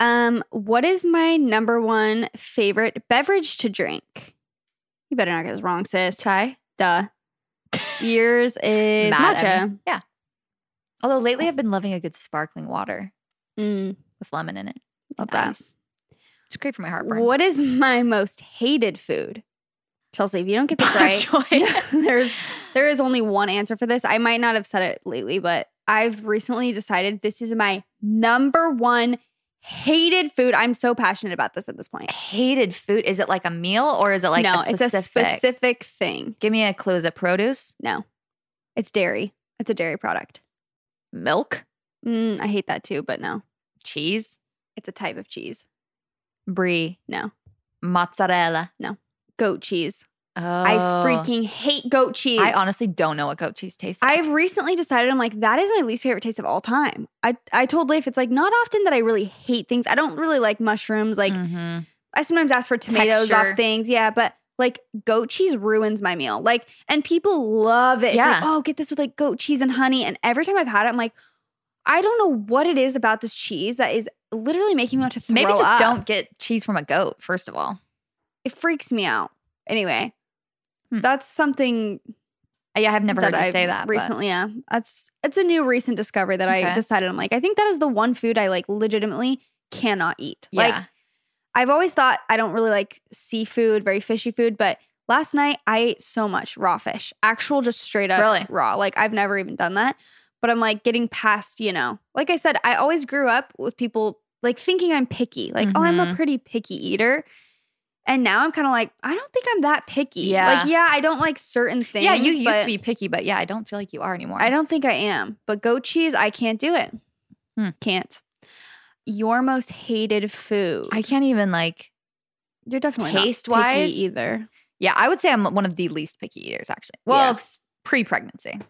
Speaker 2: um. What is my number one favorite beverage to drink? You better not get this wrong, sis.
Speaker 3: Chai?
Speaker 2: Duh. Yours is
Speaker 3: Mad
Speaker 2: matcha.
Speaker 3: at Yeah. Although lately I've been loving a good sparkling water
Speaker 2: Mm,
Speaker 3: with lemon in it.
Speaker 2: love
Speaker 3: and
Speaker 2: that.
Speaker 3: ice. It's great for my heartburn.
Speaker 2: What is my most hated food? Chelsea, if you don't get this
Speaker 3: Bok
Speaker 2: right,
Speaker 3: choy.
Speaker 2: Yeah, there's there is only one answer for this. I might not have said it lately, but I've recently decided this is my number one hated food. I'm so passionate about this at this point.
Speaker 3: Hated food. Is it like a meal or is it like
Speaker 2: no,
Speaker 3: a
Speaker 2: it's a specific thing.
Speaker 3: Give me a clue. Is it produce?
Speaker 2: No, it's dairy. It's a dairy product.
Speaker 3: Milk?
Speaker 2: Mm, I hate that too, but no,
Speaker 3: Cheese?
Speaker 2: it's a type of cheese.
Speaker 3: Brie?
Speaker 2: No,
Speaker 3: Mozzarella?
Speaker 2: goat cheese.
Speaker 3: Oh.
Speaker 2: I freaking hate goat cheese.
Speaker 3: I honestly don't know what goat cheese tastes like.
Speaker 2: I've recently decided I'm like that is my least favorite taste of all time. I I told Leif it's like not often that I really hate things. I don't really like mushrooms. Like
Speaker 3: Mhm.
Speaker 2: I sometimes ask for tomatoes
Speaker 3: Texture.
Speaker 2: off things. Yeah, but like goat cheese ruins my meal. Like and people love it.
Speaker 3: Yeah.
Speaker 2: It's like, oh, get this with like goat cheese and honey. And every time I've had it, I'm like, I don't know what it is about this cheese that is literally making me want to throw
Speaker 3: Maybe just
Speaker 2: up.
Speaker 3: don't get cheese from a goat, first of all.
Speaker 2: It freaks me out. Anyway,
Speaker 3: Hmm.
Speaker 2: that's something
Speaker 3: Uh, Yeah, I've never heard
Speaker 2: that
Speaker 3: you
Speaker 2: I've
Speaker 3: say that. but-
Speaker 2: recently. Yeah, that's it's a new recent discovery that
Speaker 3: Okay.
Speaker 2: I decided. I'm like, I think that is the one food I like legitimately cannot eat.
Speaker 3: yeah.
Speaker 2: Like I've always thought I don't really like seafood, very fishy food, but last night I ate so much raw fish, actual just straight up
Speaker 3: Really?
Speaker 2: raw. Like I've never even done that, but I'm like getting past. You know, like I said, I always grew up with people like thinking I'm picky. Like, oh, I'm a
Speaker 3: Mhm.
Speaker 2: pretty picky eater. And now I'm kind of like, I don't think I'm that picky.
Speaker 3: Yeah.
Speaker 2: Like, yeah, I don't like certain things.
Speaker 3: yeah, you used
Speaker 2: but-
Speaker 3: to be picky, but yeah, I don't feel like you are anymore.
Speaker 2: I don't think I am, but goat cheese, I can't do it.
Speaker 3: Hmm.
Speaker 2: Can't. Your most hated food.
Speaker 3: I can't even like.
Speaker 2: You're definitely not
Speaker 3: Taste-wise?
Speaker 2: picky either.
Speaker 3: Yeah, I would say I'm one of the least picky eaters, actually. Well,
Speaker 2: Yeah.
Speaker 3: it's pre-pregnancy,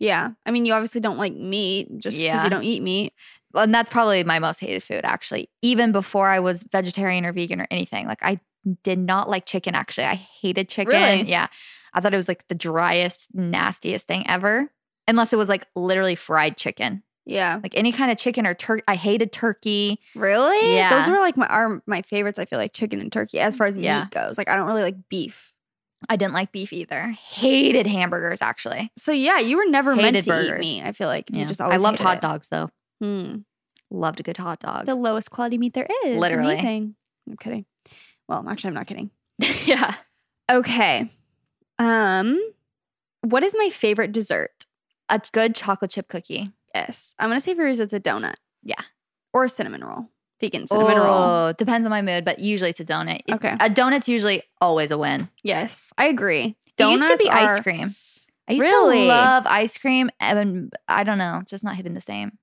Speaker 2: Yeah, I mean, you obviously don't like meat just because
Speaker 3: Yeah.
Speaker 2: you don't eat meat.
Speaker 3: Well, and that's probably my most hated food, actually. Even before I was vegetarian or vegan or anything, like I did not like chicken. Actually, I hated chicken.
Speaker 2: Really?
Speaker 3: Yeah, I thought it was like the driest, nastiest thing ever. Unless it was like literally fried chicken,
Speaker 2: Yeah,
Speaker 3: like any kind of chicken or turkey. I hated turkey.
Speaker 2: really?
Speaker 3: Yeah.
Speaker 2: those were like my are my favorites. I feel like chicken and turkey as far as
Speaker 3: Yeah.
Speaker 2: meat goes. Like I don't really like beef.
Speaker 3: I didn't like beef either. Hated hamburgers. Actually,
Speaker 2: So yeah, you were never meant
Speaker 3: Hated
Speaker 2: to eat
Speaker 3: burgers.
Speaker 2: meat. I feel like you just
Speaker 3: I
Speaker 2: always
Speaker 3: loved
Speaker 2: hated
Speaker 3: hot
Speaker 2: it.
Speaker 3: dogs though.
Speaker 2: Hmm.
Speaker 3: Loved a good hot dog.
Speaker 2: The lowest quality meat there is.
Speaker 3: Literally.
Speaker 2: Amazing. I'm kidding. Well, actually, I'm not kidding.
Speaker 3: yeah.
Speaker 2: Okay. Um, what is my favorite dessert?
Speaker 3: a good chocolate chip cookie.
Speaker 2: Yes, I'm gonna say for yours it's a donut.
Speaker 3: Yeah.
Speaker 2: or a cinnamon roll, vegan cinnamon roll.
Speaker 3: Oh, depends on my mood, but usually it's a donut. It-
Speaker 2: Okay.
Speaker 3: A donut's usually always a win.
Speaker 2: Yes, I agree.
Speaker 3: It used to be
Speaker 2: Donuts
Speaker 3: ice
Speaker 2: are-
Speaker 3: cream. I used
Speaker 2: Really?
Speaker 3: to love ice cream, and I don't know, just not hitting the same.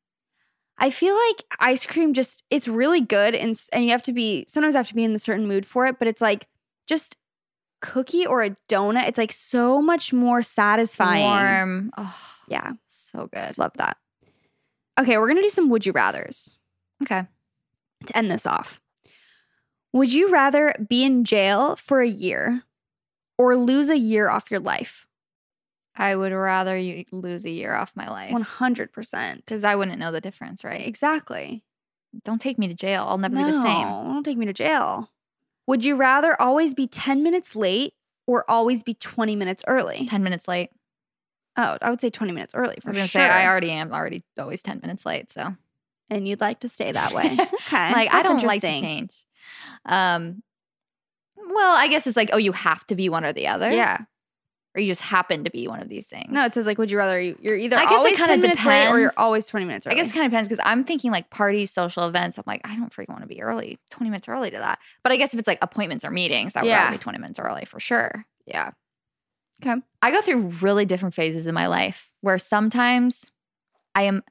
Speaker 2: I feel like ice cream just it's really good, and s- and you have to be sometimes have to be in a certain mood for it. But it's like just cookie or a donut. It's like so much more satisfying.
Speaker 3: Warm. Oh,
Speaker 2: Yeah,
Speaker 3: so good.
Speaker 2: love that. Okay, we're gonna do some would you rather's.
Speaker 3: Okay.
Speaker 2: to end this off. Would you rather be in jail for a year or lose a year off your life?
Speaker 3: I would rather you lose a year off my life
Speaker 2: 100%.
Speaker 3: because I wouldn't know the difference, right?
Speaker 2: Exactly.
Speaker 3: Don't take me to jail. I'll never be the same.
Speaker 2: No, Don't take me to jail. Would you rather always be 10 minutes late or always be 20 minutes early?
Speaker 3: 10 minutes late.
Speaker 2: Oh, I would say 20 minutes early for
Speaker 3: I was
Speaker 2: sure.
Speaker 3: going to say, I already am already always 10 minutes late. So
Speaker 2: and you'd like to stay that way. Okay.
Speaker 3: like I
Speaker 2: that's
Speaker 3: don't like to
Speaker 2: interesting.
Speaker 3: change. Um, well, I guess it's like oh, you have to be one or the other.
Speaker 2: Yeah.
Speaker 3: or you just happen to be one of these things.
Speaker 2: No, it says like, would you rather you- you're either
Speaker 3: I guess it
Speaker 2: always
Speaker 3: kinda
Speaker 2: 10 minutes late or you're
Speaker 3: depends.
Speaker 2: always 20 minutes
Speaker 3: I
Speaker 2: early?
Speaker 3: guess it kind of depends because I'm thinking like parties, social events. I'm like I don't freaking want to be early, 20 minutes early to that. But I guess if it's like appointments or meetings, I would
Speaker 2: Yeah.
Speaker 3: rather be 20 minutes early for sure.
Speaker 2: yeah.
Speaker 3: I go through really different phases in my life where sometimes I am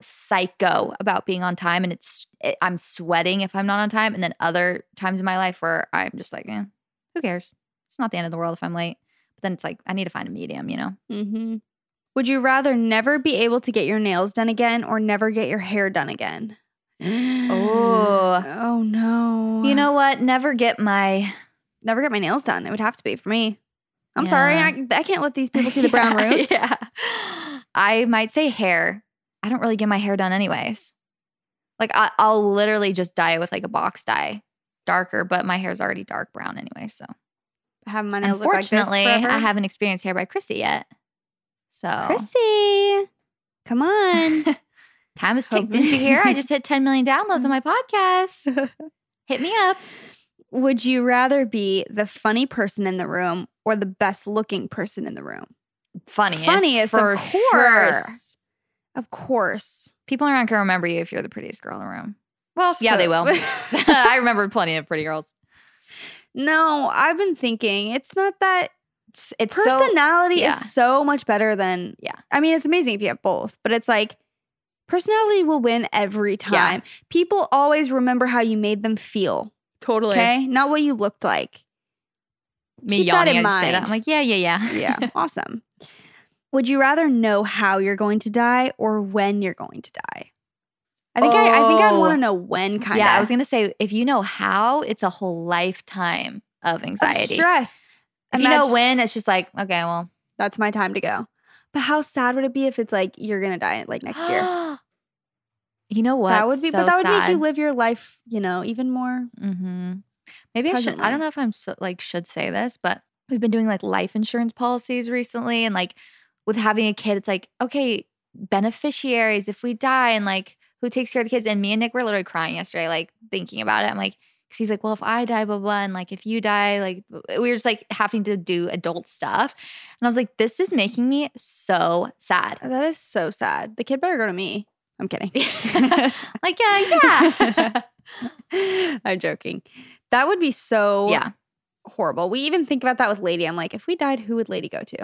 Speaker 3: psycho about being on time and it's it, I'm sweating if I'm not on time and then other times in my life where I'm just like, eh, who cares? It's not the end of the world if I'm late. But then it's like I need to find a medium, you know.
Speaker 2: Mm-hmm. Would you rather never be able to get your nails done again or never get your hair done again?
Speaker 3: Oh.
Speaker 2: Oh no.
Speaker 3: You know what? Never get my
Speaker 2: never get my nails done. It would have to be for me. I'm sorry. I, I can't let these people see the brown
Speaker 3: Yeah,
Speaker 2: roots.
Speaker 3: Yeah. I might say hair. I don't really get my hair done anyways. Like I, I'll literally just dye it with like a box dye, darker. But my hair's already dark brown anyway, so
Speaker 2: Have my nails look like this
Speaker 3: Unfortunately,
Speaker 2: forever.
Speaker 3: I haven't experienced hair by Chrissy yet. So
Speaker 2: Chrissy. Come on.
Speaker 3: time is
Speaker 2: Hope-
Speaker 3: ticked. Didn't you hear? I just hit 10 million downloads on my podcast. Hit me up.
Speaker 2: Would you rather be the funny person in the room or the best looking person in the room?
Speaker 3: Funniest.
Speaker 2: Funniest,
Speaker 3: for
Speaker 2: of
Speaker 3: sure.
Speaker 2: course. Of course.
Speaker 3: People are not going to remember you if you're the prettiest girl in the room. Well, yeah, they
Speaker 2: So-
Speaker 3: will. I remember plenty of pretty girls.
Speaker 2: no, I've been thinking it's not that
Speaker 3: It's, it's so-
Speaker 2: personality
Speaker 3: yeah.
Speaker 2: is so much better than
Speaker 3: Yeah.
Speaker 2: I mean, it's amazing if you have both, but it's like personality will win every time. People always remember how you made them feel.
Speaker 3: totally.
Speaker 2: Okay, not what you looked like.
Speaker 3: Me
Speaker 2: Keep that
Speaker 3: yawning
Speaker 2: in
Speaker 3: as you say that.
Speaker 2: mind.
Speaker 3: I'm like, yeah, yeah, yeah.
Speaker 2: Yeah, awesome. Would you rather know how you're going to die or when you're going to die? I think I, I think I'd
Speaker 3: Oh.
Speaker 2: want to know when kind of.
Speaker 3: Yeah, I was gonna say if you know how, it's a whole lifetime of anxiety.
Speaker 2: stress.
Speaker 3: If you know
Speaker 2: Imagine-
Speaker 3: when, it's just like okay, well,
Speaker 2: that's my time to go. But how sad would it be if it's like you're gonna die like next year?
Speaker 3: you know what?
Speaker 2: that would be,
Speaker 3: So
Speaker 2: but that would
Speaker 3: sad.
Speaker 2: make you live your life, you know, even more.
Speaker 3: Mm-hmm. Maybe I should. I
Speaker 2: Presently.
Speaker 3: don't know if I'm so, like should say this, but we've been doing like life insurance policies recently, and like with having a kid, it's like okay, beneficiaries if we die, and like who takes care of the kids. And me and Nick were literally crying yesterday, like thinking about it. I'm like, because he's like, well, if I die, blah blah, and like if you die, like we were just like having to do adult stuff, and I was like, this is making me so sad.
Speaker 2: That is so sad. The kid better go to me. I'm kidding.
Speaker 3: like yeah, yeah,
Speaker 2: I'm joking. That would be so
Speaker 3: yeah.
Speaker 2: horrible. We even think about that with Lady. I'm like, if we died, who would Lady go to?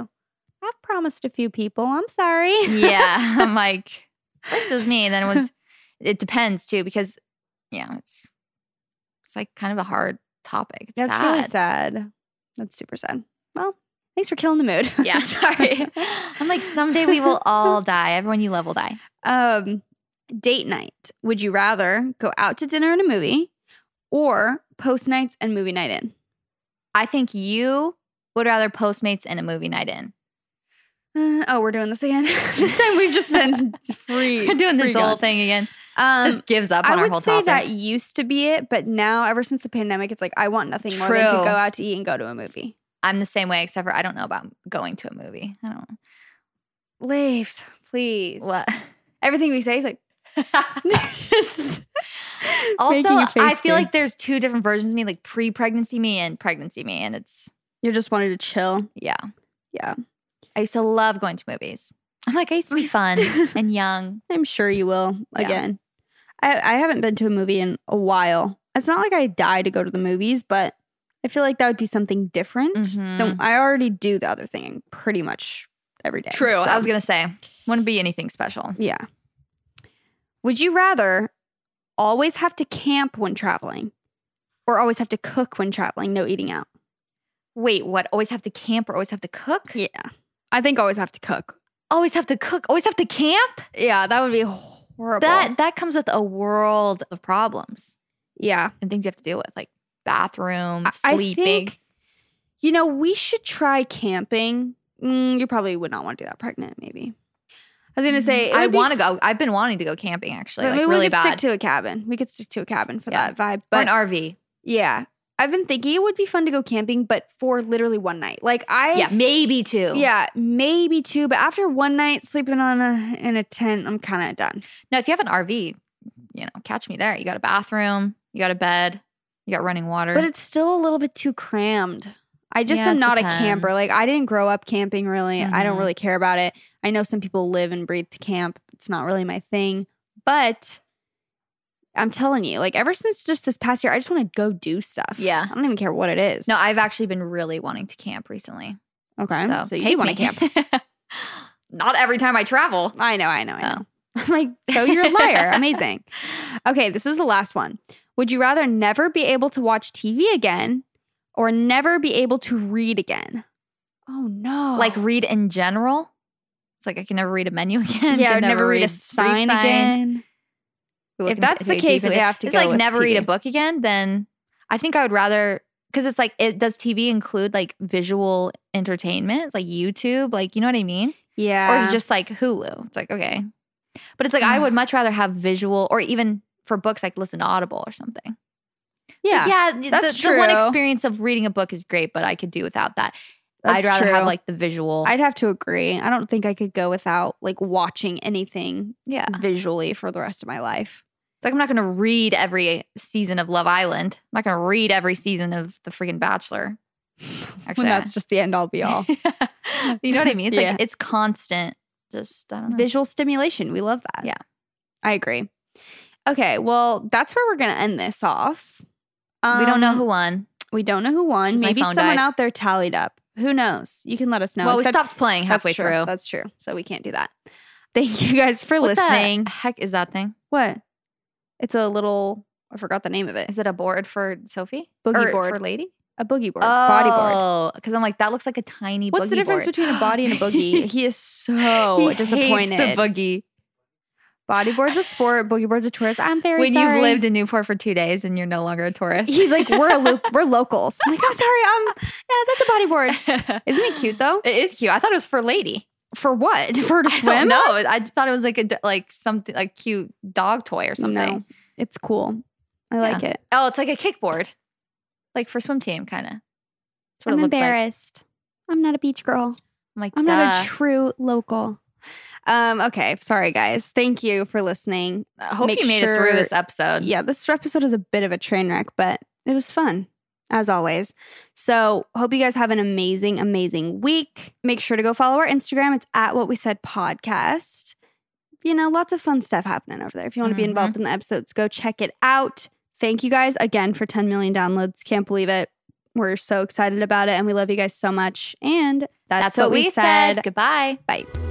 Speaker 2: I've promised a few people. I'm sorry.
Speaker 3: yeah. I'm like, this was me. Then it was, it depends too, because yeah, it's, it's like kind of a hard topic. It's
Speaker 2: That's
Speaker 3: sad.
Speaker 2: really sad. That's super sad. Well, thanks for killing the mood.
Speaker 3: Yeah, sorry. I'm like, someday we will all die. Everyone you love will die.
Speaker 2: Um, date night. Would you rather go out to dinner and a movie, or post nights and movie night in?
Speaker 3: I think you would rather Postmates and a movie night in.
Speaker 2: Uh, oh, we're doing this again. this time we've just been free.
Speaker 3: We're doing this
Speaker 2: free
Speaker 3: whole
Speaker 2: gone.
Speaker 3: thing again.
Speaker 2: Um,
Speaker 3: Just gives up on
Speaker 2: I
Speaker 3: our
Speaker 2: would
Speaker 3: whole
Speaker 2: say
Speaker 3: topic.
Speaker 2: that used to be it, but now ever since the pandemic, it's like I want nothing more than to
Speaker 3: True.
Speaker 2: go out to eat and go to a movie.
Speaker 3: I'm the same way, except for I don't know about going to a movie. I don't
Speaker 2: Leaves, please.
Speaker 3: what.
Speaker 2: Everything we say is like just
Speaker 3: also,
Speaker 2: making a face
Speaker 3: I feel
Speaker 2: there.
Speaker 3: like there's two different versions of me, like pre-pregnancy me and pregnancy me, and it's
Speaker 2: you just wanted to chill.
Speaker 3: Yeah.
Speaker 2: Yeah.
Speaker 3: I used to love going to movies. I'm like, I used to be fun and young.
Speaker 2: I'm sure you will
Speaker 3: Yeah.
Speaker 2: again. I, I haven't been to a movie in a while. It's not like I die to go to the movies, but I feel like that would be something different. Than,
Speaker 3: Mhm.
Speaker 2: I already do the other thing pretty much every day. so-
Speaker 3: I was going to say, wouldn't be anything special.
Speaker 2: Yeah. Would you rather always have to camp when traveling or always have to cook when traveling, no eating out?
Speaker 3: Wait, what? Always have to camp or always have to cook?
Speaker 2: Yeah. I think always have to cook.
Speaker 3: Always have to cook, always have to camp?
Speaker 2: Yeah, that would be horrible.
Speaker 3: That that comes with a world of problems
Speaker 2: yeah.
Speaker 3: and things you have to deal with, like bathroom,
Speaker 2: I- I
Speaker 3: sleeping.
Speaker 2: think- You know, we should try camping. Mm, you probably would not want to do that pregnant, maybe. I was going to say, it
Speaker 3: Mm, I
Speaker 2: would be
Speaker 3: want to
Speaker 2: f-
Speaker 3: go. I've been wanting to go camping actually,
Speaker 2: but
Speaker 3: like
Speaker 2: maybe we
Speaker 3: really
Speaker 2: could
Speaker 3: bad.
Speaker 2: stick to a cabin. We could stick to a cabin for
Speaker 3: Yeah.
Speaker 2: that vibe.
Speaker 3: or
Speaker 2: But
Speaker 3: an RV.
Speaker 2: yeah, I've been thinking it would be fun to go camping, but for literally one night. Like, I.
Speaker 3: yeah, maybe two.
Speaker 2: Yeah, maybe two, but after one night sleeping on a in a tent, I'm kind of done.
Speaker 3: Now, if you have an RV, you know, catch me there. You got a bathroom, you got a bed, you got running water.
Speaker 2: But it's still a little bit too crammed. I just
Speaker 3: Yeah,
Speaker 2: am
Speaker 3: it
Speaker 2: not a camper.
Speaker 3: depends.
Speaker 2: Like I didn't grow up camping really. I don't
Speaker 3: Mhm.
Speaker 2: really care about it. I know some people live and breathe to camp. It's not really my thing. But I'm telling you, like ever since just this past year, I just want to go do stuff.
Speaker 3: Yeah.
Speaker 2: I don't even care what it is.
Speaker 3: No, I've actually been really wanting to camp recently.
Speaker 2: okay. So, you
Speaker 3: take
Speaker 2: do want to
Speaker 3: me.
Speaker 2: camp.
Speaker 3: Not every time I travel.
Speaker 2: I know, I know, I know.
Speaker 3: Oh.
Speaker 2: I'm like, so you're a liar. Amazing. Okay, this is the last one. Would you rather never be able to watch TV again or never be able to read again? Oh no.
Speaker 3: Like read in general. It's like I can never read a menu again.
Speaker 2: yeah,
Speaker 3: can
Speaker 2: or never read a sign again.
Speaker 3: Ooh, I
Speaker 2: If
Speaker 3: can-
Speaker 2: that's the
Speaker 3: okay,
Speaker 2: case,
Speaker 3: deep
Speaker 2: we
Speaker 3: into-
Speaker 2: have to
Speaker 3: it's
Speaker 2: go
Speaker 3: like
Speaker 2: with
Speaker 3: never read a
Speaker 2: TV.
Speaker 3: book again, then I think I would rather because it's like it does TV include like visual entertainment, like YouTube, like you know what I mean?
Speaker 2: Yeah.
Speaker 3: Or is it just like Hulu? It's like, okay. But it's like I would much rather have visual or even for books like listen to Audible or something.
Speaker 2: yeah.
Speaker 3: Like, yeah, th-
Speaker 2: that's
Speaker 3: the, the one
Speaker 2: true.
Speaker 3: experience of reading a book is great, but I could do without that.
Speaker 2: that's
Speaker 3: I'd rather have
Speaker 2: true.
Speaker 3: like the visual.
Speaker 2: I'd have to agree. I don't think I could go without like watching anything
Speaker 3: yeah.
Speaker 2: visually for the rest of my life.
Speaker 3: Mm. It's like I'm not going to read every season of Love Island. I'm not going to read every season of The Freaking Bachelor. Actually,
Speaker 2: when that's just the end all be all.
Speaker 3: I- you know what I mean? It's
Speaker 2: Yeah.
Speaker 3: like it's constant. Just I don't know.
Speaker 2: Visual stimulation. We love that.
Speaker 3: Yeah.
Speaker 2: Hmm. I agree. Okay, well, that's where we're going to end this off.
Speaker 3: we don't know
Speaker 2: Um,
Speaker 3: who won.
Speaker 2: We don't know who won.
Speaker 3: 'Cause my
Speaker 2: Maybe
Speaker 3: phone
Speaker 2: someone
Speaker 3: died.
Speaker 2: out there tallied up. Who knows? You can let us know.
Speaker 3: well, we
Speaker 2: Except-
Speaker 3: stopped playing
Speaker 2: That's
Speaker 3: halfway
Speaker 2: true.
Speaker 3: through.
Speaker 2: That's true. So we can't do that. Thank you guys for
Speaker 3: What
Speaker 2: listening.
Speaker 3: the heck is that thing?
Speaker 2: What? It's a little. I forgot the name of it.
Speaker 3: Is it a board for Sophie?
Speaker 2: Boogie
Speaker 3: Or
Speaker 2: board.
Speaker 3: for lady?
Speaker 2: a boogie board, body board.
Speaker 3: because I'm like that looks like a tiny.
Speaker 2: What's the
Speaker 3: Oh, boogie
Speaker 2: difference
Speaker 3: board.
Speaker 2: between a body and a boogie? he is so
Speaker 3: He hates the
Speaker 2: disappointed.
Speaker 3: boogie.
Speaker 2: body board's a sport. Boogie board's a tourist. I'm very
Speaker 3: when
Speaker 2: sorry.
Speaker 3: you've lived in Newport for two days and you're no longer a tourist.
Speaker 2: He's like, we're a lo- we're locals. I'm like, I'm sorry. Um, yeah, that's a body board. Isn't it cute though?
Speaker 3: It is cute. I thought it was for lady.
Speaker 2: For what? For to swim?
Speaker 3: No, I just thought it was like a d- like something like cute dog toy or something.
Speaker 2: No, it's cool. I like it.
Speaker 3: Oh, it's like a kickboard, like for swim team kind of. That's what
Speaker 2: I'm
Speaker 3: it looks like.
Speaker 2: embarrassed. I'm not a beach girl.
Speaker 3: I'm like,
Speaker 2: I'm not a
Speaker 3: duh.
Speaker 2: true local. Um, okay, sorry guys. Thank you for listening.
Speaker 3: I hope
Speaker 2: Make
Speaker 3: you made it
Speaker 2: sure-
Speaker 3: through this episode.
Speaker 2: Yeah, this episode is a bit of a train wreck, but it was fun as always. So, hope you guys have an amazing, amazing week. Make sure to go follow our Instagram. It's at what we said podcast. You know, lots of fun stuff happening over there. If you want to be
Speaker 3: Mhm.
Speaker 2: involved in the episodes, go check it out. Thank you guys again for 10 million downloads. Can't believe it. We're so excited about it and we love you guys so much. And that's,
Speaker 3: That's, what, we said. Goodbye.
Speaker 2: Bye.